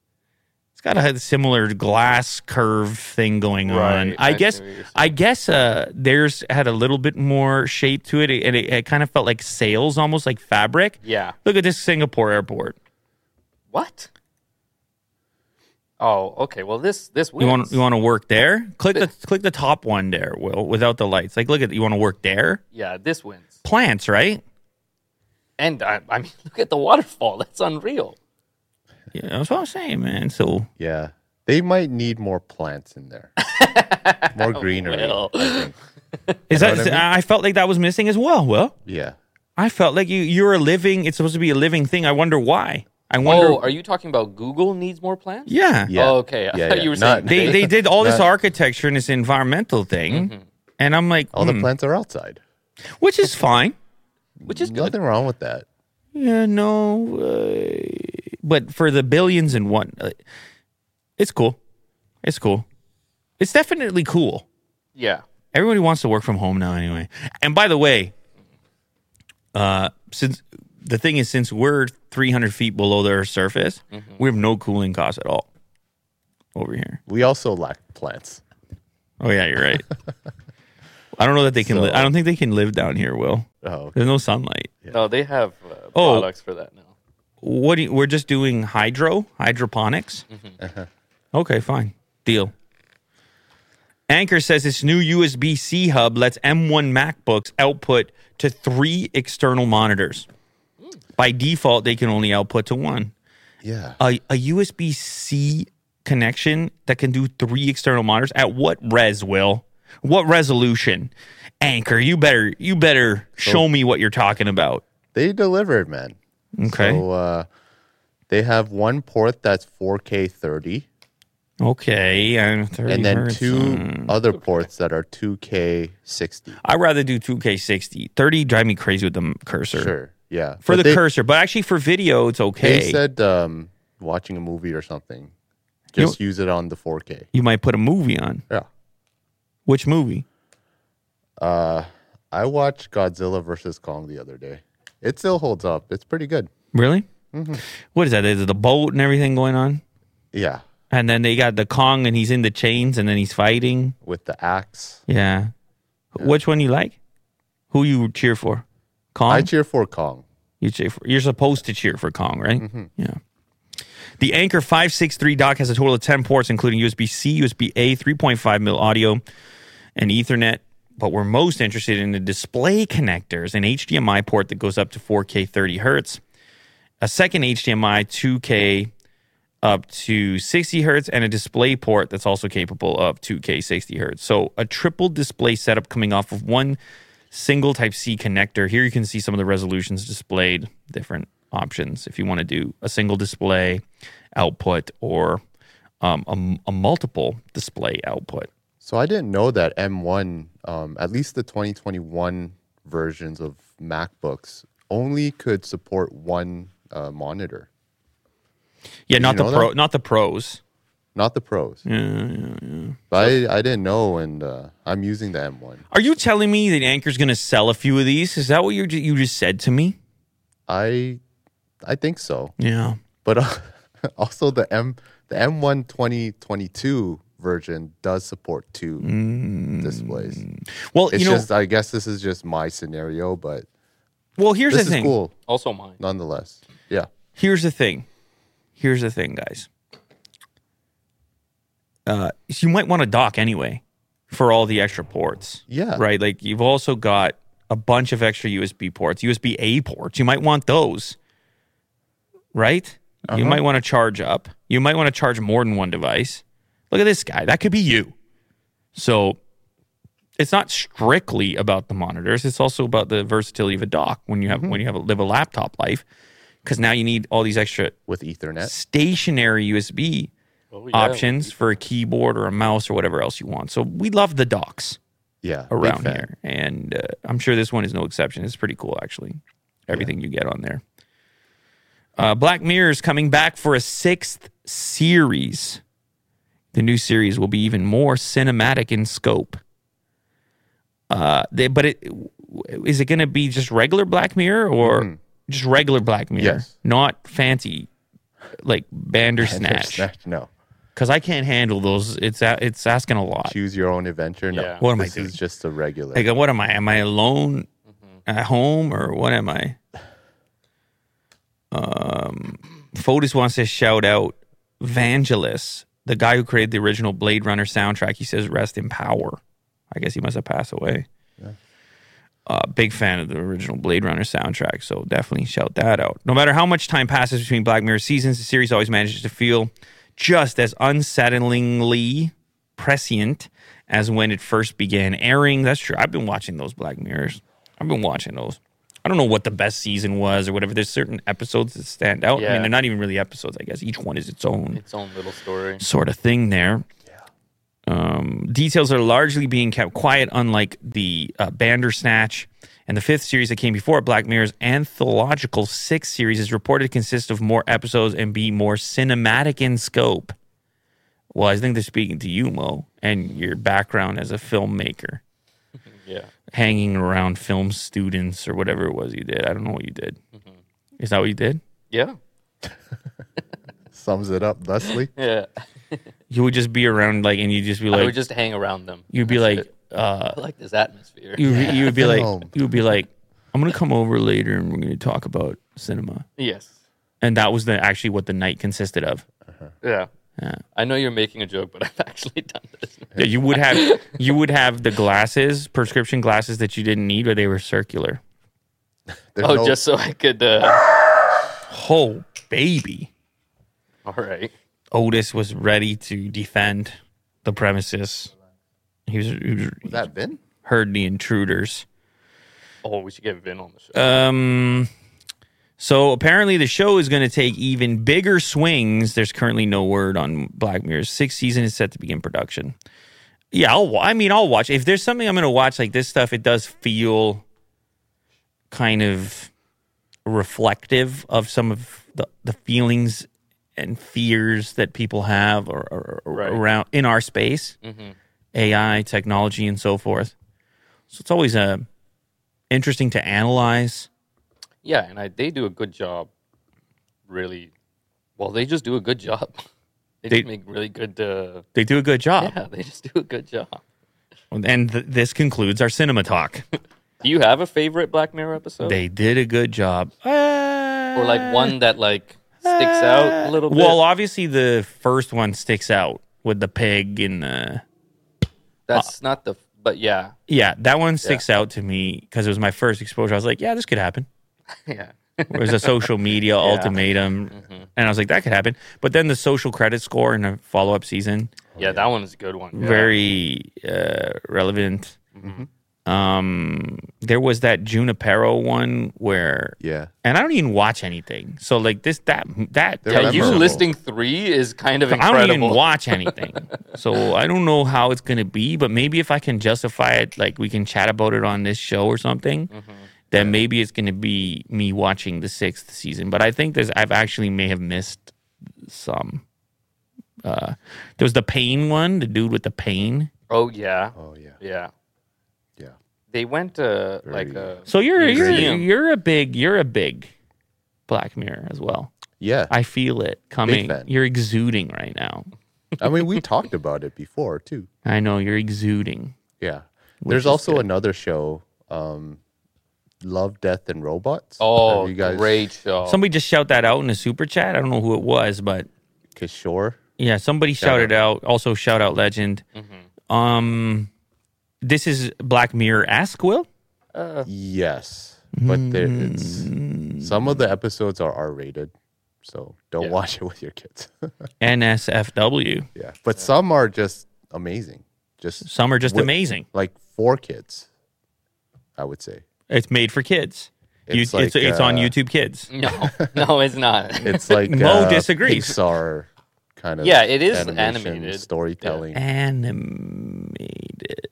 it's got a similar glass curve thing going on. Right, I, I see guess what you're saying. I guess uh theirs had a little bit more shape to it and it, it kind of felt like sails almost like fabric. Yeah. Look at this Singapore airport. What? Oh, okay. Well, this this You want wins. you want to work there? Click the click the top one there, Will, without the lights. Like look at you want to work there? Yeah, this wins. Plants, right? And I, I mean, look at the waterfall. That's unreal. Yeah, that's what I'm saying, man. So Yeah. They might need more plants in there. more greenery. Well. I think. is know that what I mean? I felt like that was missing as well. Well, Yeah. I felt like you you're a living. It's supposed to be a living thing. I wonder why. I wonder. Oh, are you talking about Google needs more plants? yeah. Yeah. Oh, okay. I Yeah, thought yeah. you were Not- saying They they did all this That- architecture and this environmental thing, and I'm like, All hmm, the plants are outside. which is fine. which is good. Nothing wrong with that. Yeah, no, uh, but for the billions and one, uh, it's cool. It's cool. It's definitely cool. Yeah. Everybody wants to work from home now, anyway. And by the way, uh, since the thing is, since we're 300 feet below the Earth's surface, we have no cooling costs at all over here. We also lack plants. Oh yeah, you're right. I don't know that they can. li- I don't think they can live down here. Will Oh, there's no sunlight. No, they have uh, Oh. products for that now. What do you, we're just doing hydro hydroponics. Mm-hmm. Uh-huh. Okay, fine, deal. Anchor says its new USB C hub lets M1 MacBooks output to three external monitors. Mm. By default, they can only output to one. yeah. A, a USB C connection that can do three external monitors at what res? Will what resolution? Anchor, you better you better show me what you're talking about. They delivered, man. Okay, So uh, they have one port that's 4K 30, okay, and, 30 and then hertz, two uh, other ports that are 2K 60. I'd rather do 2K60. 30 drive me crazy with the m- cursor. Sure. Yeah. For But the they, cursor, but actually for video, it's okay. They said um, watching a movie or something. You- Just use it on the 4K. you might put a movie on. Yeah. Which movie? Uh, I watched Godzilla versus Kong the other day. It still holds up. It's pretty good. Really? Mm-hmm. What is that? Is it the boat and everything going on? Yeah, And then they got the Kong and he's in the chains and then he's fighting. with the axe. Yeah. Which one you like? Who you cheer for? Kong? I cheer for Kong. You cheer for, you're supposed to cheer for Kong, right? Yeah. The Anchor 563 dock has a total of 10 ports, including USB C, USB A, 3.5 mil audio, and Ethernet. but we're most interested in the display connectors, an HDMI port that goes up to 4K 30 hertz, a second HDMI 2K up to 60 hertz, and a display port that's also capable of 2K 60 hertz. So a triple display setup coming off of one single Type C connector. Here you can see some of the resolutions displayed, different options if you want to do a single display output or um, a- a multiple display output. So I didn't know that M1, um, at least the 2021 versions of MacBooks, only could support one uh, monitor, Yeah, Did not you the know pro, that? not the pros. not the pros. Yeah, yeah. But I, I didn't know, and uh, I'm using the M1. Are you telling me that Anchor's going to sell a few of these? Is that what you ju- you just said to me? I I think so, Yeah. but uh, also the M the M1 2022 version does support two displays. Well, It's Mm. you know, just I guess this is just my scenario, but well, here's this the is thing. cool Also mine. nonetheless. Yeah, Here's the thing. Here's the thing, guys. Uh, you might want to dock anyway for all the extra ports. Yeah. Right? Like you've also got a bunch of extra USB ports, USB A ports. You might want those. Right? You might want to charge up. You might want to charge more than one device. Look at this guy. That could be you. So it's not strictly about the monitors. It's also about the versatility of a dock when you have when you have a, live a laptop life, because now you need all these extra with Ethernet. stationary USB yeah. options for a keyboard or a mouse or whatever else you want. So we love the docks Yeah, big around fan. here, and uh, I'm sure this one is no exception. It's pretty cool, actually. Everything you get on there. Uh, Black Mirror is coming back for a sixth series. The new series will be even more cinematic in scope. Uh, they, but it, is it going to be just regular Black Mirror or just regular Black Mirror? Mm-hmm. Yes. Not fancy, like Bandersnatch. Bandersnatch, No, Because I can't handle those. It's a, it's asking a lot. choose your own adventure. No, Yeah. What am I this doing? is just a regular. Like, what am I? Am I alone at home or what am I? Um, Fotis wants to shout out Vangelis, the guy who created the original Blade Runner soundtrack. He says, rest in power. I guess he must have passed away. Uh, big fan of the original Blade Runner soundtrack, so definitely shout that out. No matter how much time passes between Black Mirror seasons, the series always manages to feel just as unsettlingly prescient as when it first began airing. That's true. I've been watching those Black Mirrors. I've been watching those. I don't know what the best season was or whatever. There's certain episodes that stand out. I Yeah. mean, they're not even really episodes, I guess. Each one is its own Its own little story. sort of thing there. Um, details are largely being kept quiet, unlike the uh, Bandersnatch and the fifth series that came before it, Black Mirror's anthological sixth series is reported to consist of more episodes and be more cinematic in scope. Well, I think they're speaking to you, Mo, and your background as a filmmaker, Yeah. hanging around film students or whatever it was you did. I don't know what you did. Mm-hmm. Is that what you did? Yeah. Sums it up, thusly. Yeah. You would just be around like, and you'd just be I like, would just hang around them. you'd be That's like, it. uh, I like this atmosphere. you would be- you would be like Film. you would be like I'm gonna come over later and we're gonna talk about cinema. yes. And that was the actually what the night consisted of. Yeah. Yeah. I know you're making a joke, but I've actually done this. Yeah, you would have you would have the glasses, prescription glasses that you didn't need, but they were circular. There's Oh, no- just so I could. Uh, Oh baby. all right. Otis was ready to defend the premises. He was, he was- was that Vin? heard the intruders. Oh, we should get Vin on the show. Um, so apparently the show is going to take even bigger swings. There's currently no word on Black Mirror's sixth season is set to begin production. Yeah, I'll, wa- I mean, I'll watch. If there's something I'm going to watch like this stuff, it does feel kind of reflective of some of the, the feelings and fears that people have or, or, or Right. around in our space, AI, technology, and so forth. So it's always uh, interesting to analyze. yeah, and I, they do a good job. Really, well, they just do a good job. They, They- just make really good. Uh, They do a good job. yeah, they just do a good job. And th- this concludes our cinema talk. Do you have a favorite Black Mirror episode, they did a good job. Or or like one that like sticks out a little bit? Well, uh, obviously the first one sticks out with the pig and the that's not the But yeah, Yeah, that one sticks out to me because it was my first exposure. I was like, yeah, this could happen. yeah, It was a social media ultimatum, and I was like, that could happen. But then the social credit score in the follow up season, yeah. That one is a good one. yeah. very uh, relevant. Um, there was that Junipero one where, Yeah. and I don't even watch anything. So like this, that that They're Yeah, tells you memorable. listing three is kind of I incredible. don't even watch anything. so I don't know how it's going to be, but maybe if I can justify it, like we can chat about it on this show or something, Mm-hmm. then maybe it's going to be me watching the sixth season. But I think there's, I've actually may have missed some. Uh, there was the pain one, the dude with the pain. Oh yeah, Oh yeah. yeah. Yeah. They went to like Very- a So you're you're Museum. you're a big you're a big Black Mirror as well. Yeah. I feel it coming. fan. You're exuding right now. I mean, we talked about it before too. I know you're exuding. Yeah. Which is There's also good. another show, um, Love, Death, and Robots. oh Have you guys, great show. Somebody just shout that out in a super chat. I don't know who it was, but Kishore. Yeah, somebody shouted out. Also, shout out legend. Um, this is Black Mirror. Ask Will. Uh. Yes, but there, it's Mm. some of the episodes are R rated, so don't Yeah. watch it with your kids. NSFW. yeah, but some are just amazing. Just Some are just Wi- amazing. like for kids, I would say. It's made for kids. You- It's It's like, it's, on uh, YouTube Kids. no, no, it's not. It's like Mo uh, disagrees. Pixar kind of Yeah, it is animation, animated. storytelling. Animated.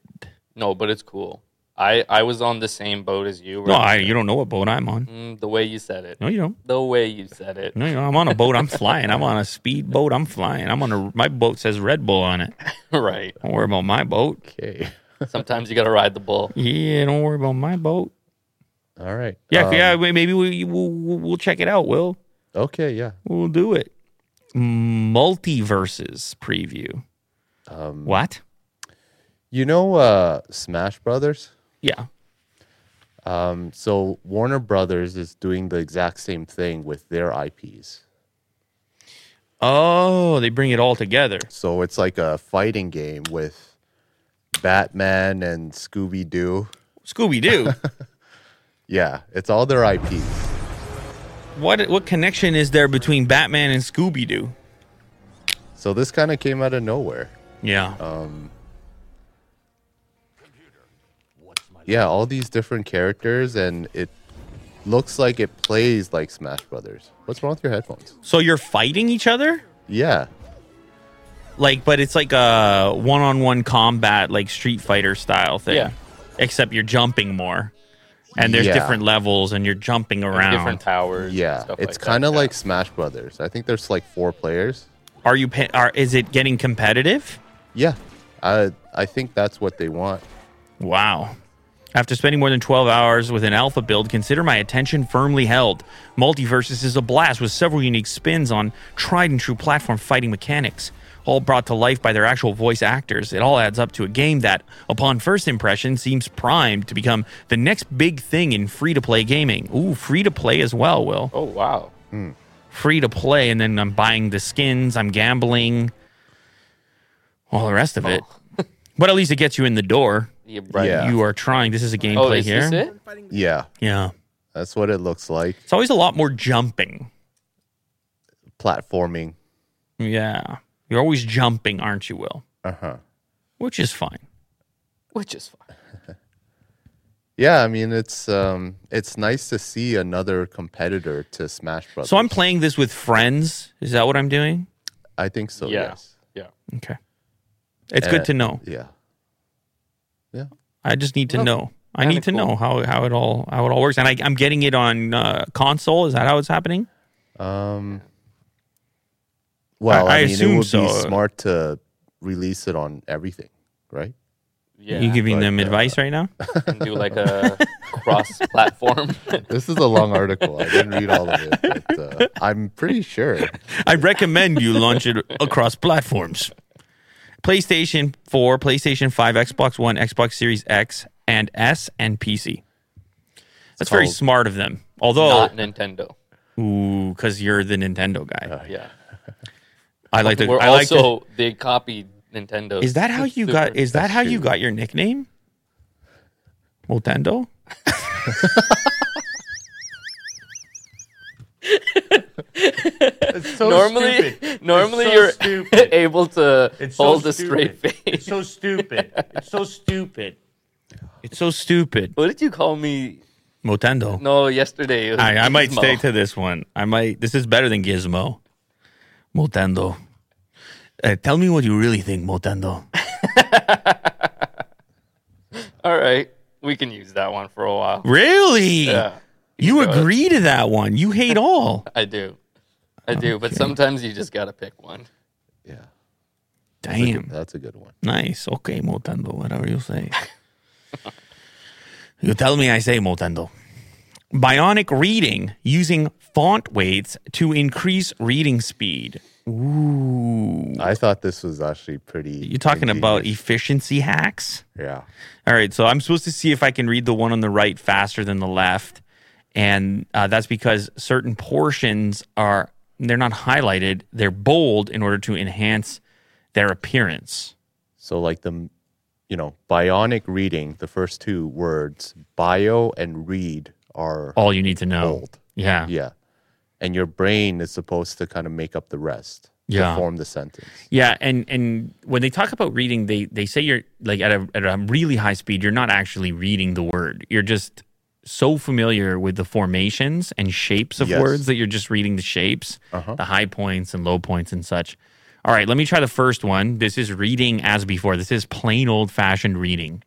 no, but it's cool. I I was on the same boat as you. No, where- I, you don't know what boat I'm on. Mm, the way you said it. No, you don't. The way you said it. No, you don't. I'm on a boat. I'm flying. I'm on a speed boat. I'm flying. I'm on a. My boat says Red Bull on it. right. Don't worry about my boat. Okay, Sometimes you got to ride the bull. Yeah, don't worry about my boat. all right. Yeah, Um, yeah. Maybe we we'll, we'll we'll check it out. Will. Okay, yeah. We'll do it. Multiverses preview. what? You know, uh, Smash Brothers. Yeah. Um, so Warner Brothers is doing the exact same thing with their IPs. Oh, they bring it all together. So it's like a fighting game with Batman and Scooby Doo. Scooby Doo. Yeah, it's all their IPs. what what connection is there between Batman and Scooby Doo? So this kind of came out of nowhere. Yeah. Yeah, all these different characters, and it looks like it plays like Smash Brothers. What's wrong with your headphones? so you're fighting each other? Yeah, Like, but it's like a one on one combat, like Street Fighter style thing. Yeah. Except you're jumping more. And there's Yeah. different levels and you're jumping around. Different towers. yeah. And stuff It's like kind of that. like Smash Brothers. I think there's like four players. Are you, pa- are, is it getting competitive? Yeah, I I think that's what they want. Wow. After spending more than 12 hours with an alpha build, consider my attention firmly held. Multiverses is a blast with several unique spins on tried and true platform fighting mechanics, all brought to life by their actual voice actors. It all adds up to a game that, upon first impression, seems primed to become the next big thing in free to play gaming. Ooh, free to play as well, Will. Oh wow. Free to play, and then I'm buying the skins, I'm gambling, all the rest of it. Oh. But at least it gets you in the door Yeah, right. Yeah. you are trying. This is a gameplay Oh, is here. this it? Yeah, Yeah. that's what it looks like. It's always a lot more jumping. Platforming. Yeah. You're always jumping, aren't you, Will? Uh huh. Which is fine. Which is fine. Yeah, I mean it's um it's nice to see another competitor to Smash Brothers. So I'm playing this with friends. Is that what I'm doing? I think so. Yeah. Yes. Yeah. Okay. It's good Uh, to know. Yeah. Yeah. I just need to know. I kinda need to cool. know how, how it all how it all works. And I, I'm getting it on uh, console. Is that how it's happening? Um. Well, I I, mean, assume it would so. be smart to release it on everything, right? Yeah. you giving but, them uh, advice right now? can do like a cross platform. This is a long article. I didn't read all of it, but uh, I'm pretty sure. I recommend you launch it across platforms. PlayStation 4, PlayStation 5, Xbox One, Xbox Series X and S and PC. That's very called- smart of them. Although Not Nintendo. Ooh, because you're the Nintendo guy. Yeah. I like to. Uh, We're I like to- also they copied Nintendo. Is that how you got? Is that how you got your nickname? Motendo? It's so normally, stupid. normally It's so you're stupid. able to It's so hold a stupid. straight It's face. so stupid. It's so stupid. It's so stupid. What did you call me? Motendo. No, yesterday. it was I, I might Gizmo. stay to this one. I might. This is better than Gizmo. Motendo. Uh, tell me what you really think, Motendo. All right, we can use that one for a while. Really? Yeah, You can go. agree to that one. You hate all. I do, I do. But sometimes you just gotta pick one. Yeah. Damn. That's a good one. Nice. Okay, Motendo. Whatever you say. you tell me I say Motendo. Bionic reading using font weights to increase reading speed. Ooh. I thought this was actually pretty. You're talking about e-, ingenious. efficiency hacks? yeah. All right, so I'm supposed to see if I can read the one on the right faster than the left, and uh, that's because certain portions are they're not highlighted; they're bold in order to enhance their appearance. So like the, you know, bionic reading. The first two words, bio and read, are All you need to know. Bold. Yeah. yeah, yeah, and your brain is supposed to kind of make up the rest. Yeah. To form the sentence. and and when they talk about reading, they they say you're like at a at a really high speed. You're not actually reading the word. You're just so familiar with the formations and shapes of Yes. words that you're just reading the shapes. Uh-huh. the high points and low points and such. All right, let me try the first one. This is reading as before. This is plain old fashioned reading.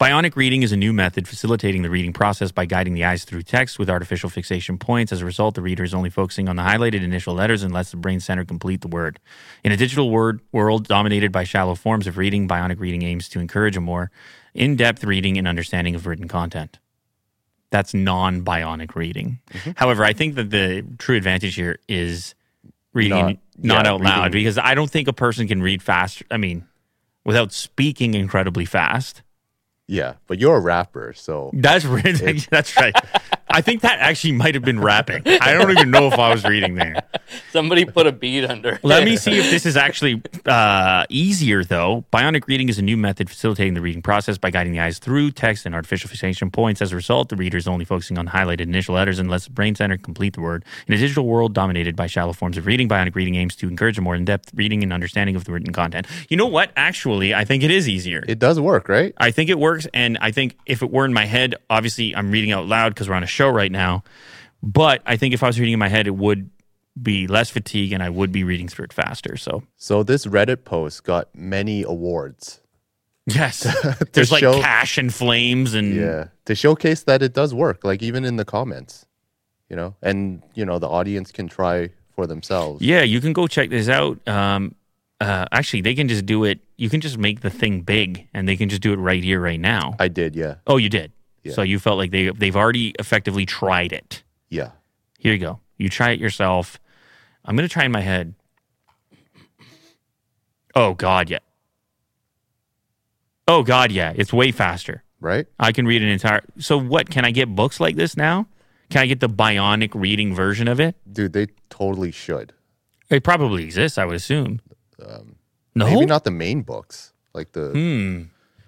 Bionic reading is a new method facilitating the reading process by guiding the eyes through text with artificial fixation points. As a result, the reader is only focusing on the highlighted initial letters and lets the brain center complete the word. In a digital word world dominated by shallow forms of reading, bionic reading aims to encourage a more in depth reading and understanding of written content that's non bionic reading. Mm-hmm. However, I think that the true advantage here is reading not, Not- yeah, out loud reading. because I don't think a person can read fast. I mean, without speaking incredibly fast. Yeah, but you're a rapper, so That's right. that's right. I think that actually might have been rapping. I don't even know if I was reading there. Somebody put a bead under. Let me see if this is actually uh, easier, though. Bionic reading is a new method facilitating the reading process by guiding the eyes through text and artificial fixation points. As a result, the reader is only focusing on highlighted initial letters and lets the brain center complete the word. In a digital world dominated by shallow forms of reading, bionic reading aims to encourage a more in depth reading and understanding of the written content. You know what? Actually, I think it is easier. it does work, right? I think it works. And I think if it were in my head, obviously I'm reading out loud because we're on a show right now. But I think if I was reading in my head, it would be less fatigue and I would be reading through it faster. So, So this Reddit post got many awards. yes, there's like show- cash and flames and Yeah, to showcase that it does work. Like even in the comments, you know, and you know the audience can try for themselves. Yeah, you can go check this out. Um, uh, actually, they can just do it. You can just make the thing big and they can just do it right here, right now. I did. Yeah, oh, you did. Yeah. So you felt like they, they've already effectively tried it. yeah. Here you go. You try it yourself. I'm gonna try in my head. Oh God, yeah. Oh God, yeah. It's way faster. Right. I can read an entire. So what? Can I get books like this now? Can I get the bionic reading version of it? Dude, they totally should. It probably exists, I would assume. no, Um, Hmm. Maybe not the main books, like the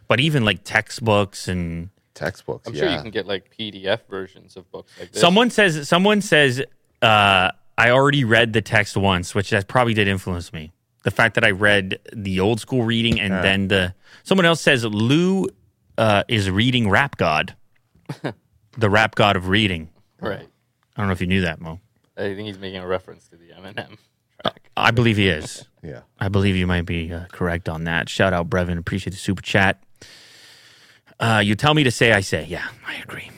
but even like textbooks and textbooks. I'm yeah. sure you can get like PDF versions of books like this. someone says someone says uh, I already read the text once, which that probably did influence me. The fact that I read the old school reading and then the someone else says Lou uh, is reading Rap God, the Rap God of reading. right? I don't know if you knew that, Mo. I think he's making a reference to the Eminem track. I believe he is. yeah. I believe you might be uh, correct on that. Shout out, Brevin. Appreciate the super chat. Uh, you tell me to say, I say. Yeah, I agree.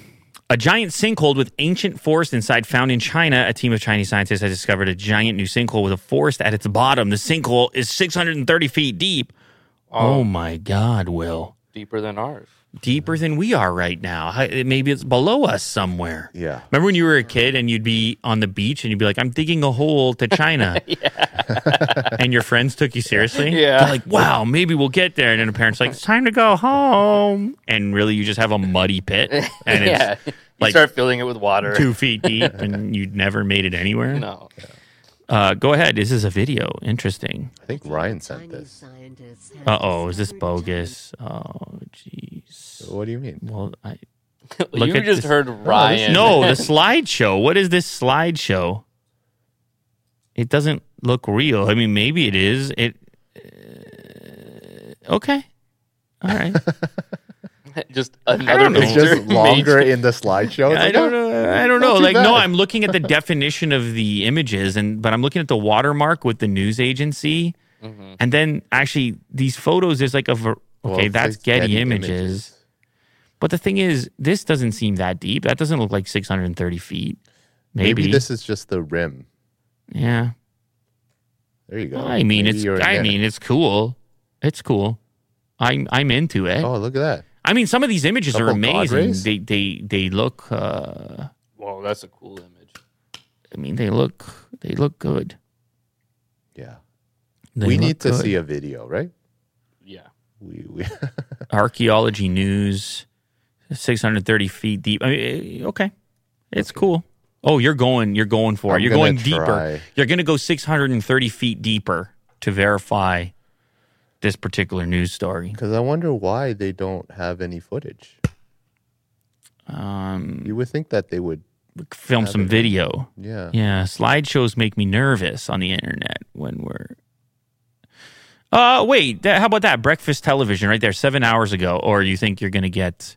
A giant sinkhole with ancient forest inside found in China. A team of Chinese scientists has discovered a giant new sinkhole with a forest at its bottom. The sinkhole is 630 feet deep. oh my God, Will. Deeper than ours. Deeper than we are right now. Hi- it- Maybe it's below us somewhere. Yeah. Remember when you were a kid and you'd be on the beach and you'd be like, I'm digging a hole to China. and your friends took you seriously? Yeah. They're like, wow, maybe we'll get there. And then the parent's like, it's time to go home. And really, you just have a muddy pit and yeah, it's you like- start filling it with water. two feet deep and you'd never made it anywhere. no, Uh, go ahead. This is a video. Interesting. I think Ryan sent this. Uh oh, is this bogus? Oh, jeez. What do you mean? Well, Oh, I You just heard No, Oh, this- Ryan. No, the slideshow. What is this slideshow? It doesn't look real. I mean, maybe it is. It uh, okay. All right. just I another don't know. picture. It's just longer Major- in the slideshow. I It's don't like, oh, know. I don't not know. too Like, no, bad. I'm looking at the definition of the images, and but I'm looking at the watermark with the news agency, and then actually these photos. There's like a ver- Mm-hmm. Well, okay, it that's says Getty, Getty images. Images. But the thing is, this doesn't seem that deep. That doesn't look like 630 feet. Maybe, Maybe. this is just the rim. Yeah. There you go. I mean, Maybe it's you're in I there. mean, it's cool. It's cool. I'm I'm into it. Oh, look at that. I mean, some of these images are Couple God amazing. rays? They they they look. Uh, Whoa, that's a cool image. I mean, they look they look good. Yeah. They we look need to good. see a video, right? Yeah. We, we archaeology news, 630 feet deep. I mean, eh, okay, it's cool. Oh, you're going, you're going for it. I'm You're gonna going deeper. try. You're going to go 630 feet deeper to verify this particular news story. Because I wonder why they don't have any footage. Um, You would think that they would. film some video. Yeah. Yeah, slideshows make me nervous on the internet when we're. Uh, wait. That, how about that breakfast television right there, seven hours ago? Or you think you're gonna get?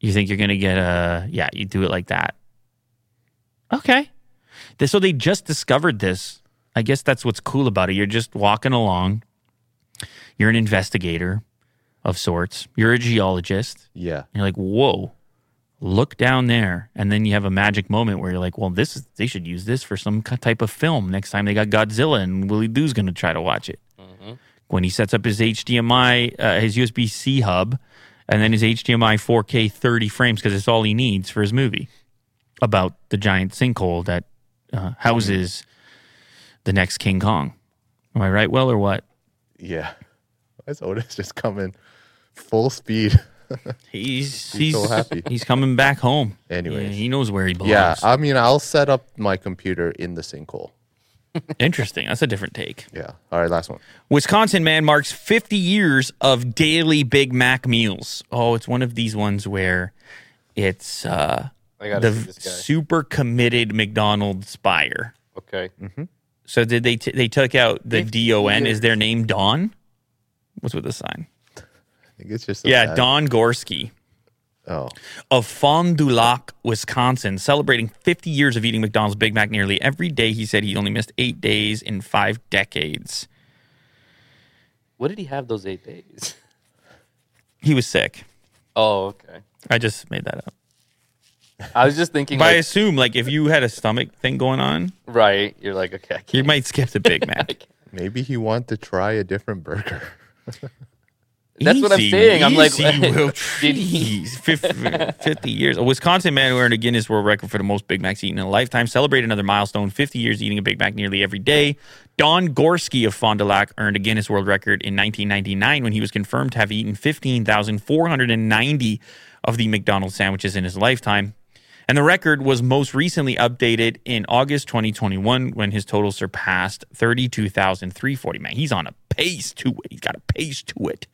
You think you're gonna get a? Yeah, you do it like that. Okay. They- So they just discovered this. I guess that's what's cool about it. You're just walking along. You're an investigator of sorts. You're a geologist. Yeah. And you're like, whoa, look down there. And then you have a magic moment where you're like, well, this is, they should use this for some ki- type of film next time they got Godzilla and Willie Doo's going to try to watch it. Mm-hmm. When he sets up his HDMI, uh, his USB C hub, and then his HDMI 4K 30 frames because it's all he needs for his movie about the giant sinkhole that uh, houses the next King Kong. Am I right, Will, or what? Yeah. Why is Otis just coming full speed? He's, He's so happy. He's coming back home. Anyways. Yeah, he knows where he belongs. yeah. I mean, I'll set up my computer in the sinkhole. Interesting. That's a different take. Yeah. All right. Last one. Wisconsin man marks 50 years of daily Big Mac meals. Oh, it's one of these ones where it's uh, I gotta the see this guy. super committed McDonald's buyer. Okay. Mm. So did they t- they took out the 50 Don? Is years. their name Don? What's with the sign? I think it's just. a yeah, bad- Don Gorski Oh. of Fond du Lac, Wisconsin, celebrating 50 years of eating McDonald's Big Mac nearly every day. He said he only missed eight days in five decades. What did he have those eight days? He was sick. Oh, okay. I just made that up. I was just thinking, But I like, assume, like, if you had a stomach thing going on, right? You're like, okay, I you can't. might skip the Big Mac. Maybe he wanted to try a different burger. That's what I'm Easy, saying. I'm like, easy, Will. did Jeez, fif- 50 years. A Wisconsin man who earned a Guinness World Record for the most Big Macs eaten in a lifetime celebrated another milestone 50 years eating a Big Mac nearly every day. Don Gorski of Fond du Lac earned a Guinness World Record in 1999 when he was confirmed to have eaten 15,490 of the McDonald's sandwiches in his lifetime. And the record was most recently updated in August 2021 when his total surpassed 32,340. Man, he's on a pace to it. He's got a pace to it.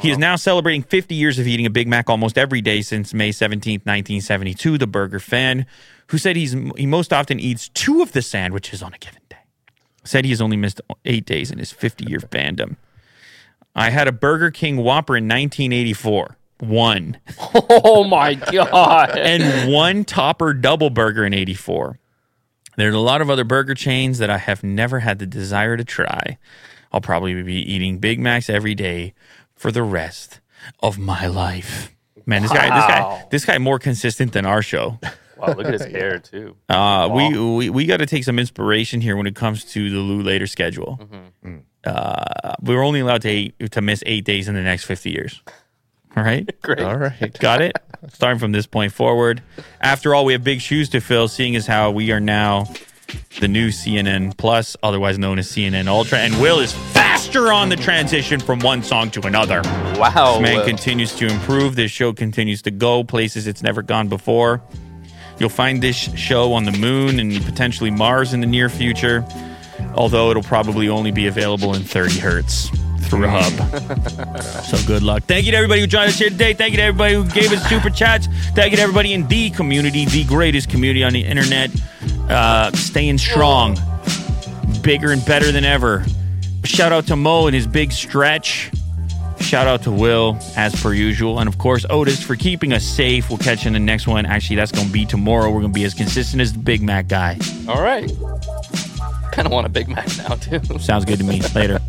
He is now celebrating 50 years of eating a Big Mac almost every day since May 17th, 1972. The burger fan, who said he's he most often eats two of the sandwiches on a given day, said he has only missed eight days in his 50 year fandom. I had a Burger King Whopper in 1984. One Oh my god! and one topper double burger in 84. There's a lot of other burger chains that I have never had the desire to try. I'll probably be eating Big Macs every day for the rest of my life. Man, this guy, this guy, Wow. this guy more consistent than our show. wow, look at his hair too. Uh, we, we we got to take some inspiration here when it comes to the Lou later schedule. Mm. Uh, we were only allowed to eight, to miss eight days in the next 50 years. All right. Great. All right. Got it? Starting from this point forward. After all, we have big shoes to fill, seeing as how we are now the new CNN Plus, otherwise known as CNN Ultra. And Will is faster on the transition from one song to another. Wow. This man Will. continues to improve. This show continues to go places it's never gone before. You'll find this show on the moon and potentially Mars in the near future, although it'll probably only be available in 30 hertz. Throb. so good luck. Thank you to everybody who joined us here today. Thank you to everybody who gave us super chats. Thank you to everybody in the community, the greatest community on the internet. Uh, staying strong, bigger and better than ever. Shout out to Mo and his big stretch. Shout out to Will, as per usual. And of course, Otis for keeping us safe. We'll catch you in the next one. Actually, that's going to be tomorrow. We're going to be as consistent as the Big Mac guy. All right. Kind of want a Big Mac now, too. Sounds good to me. Later.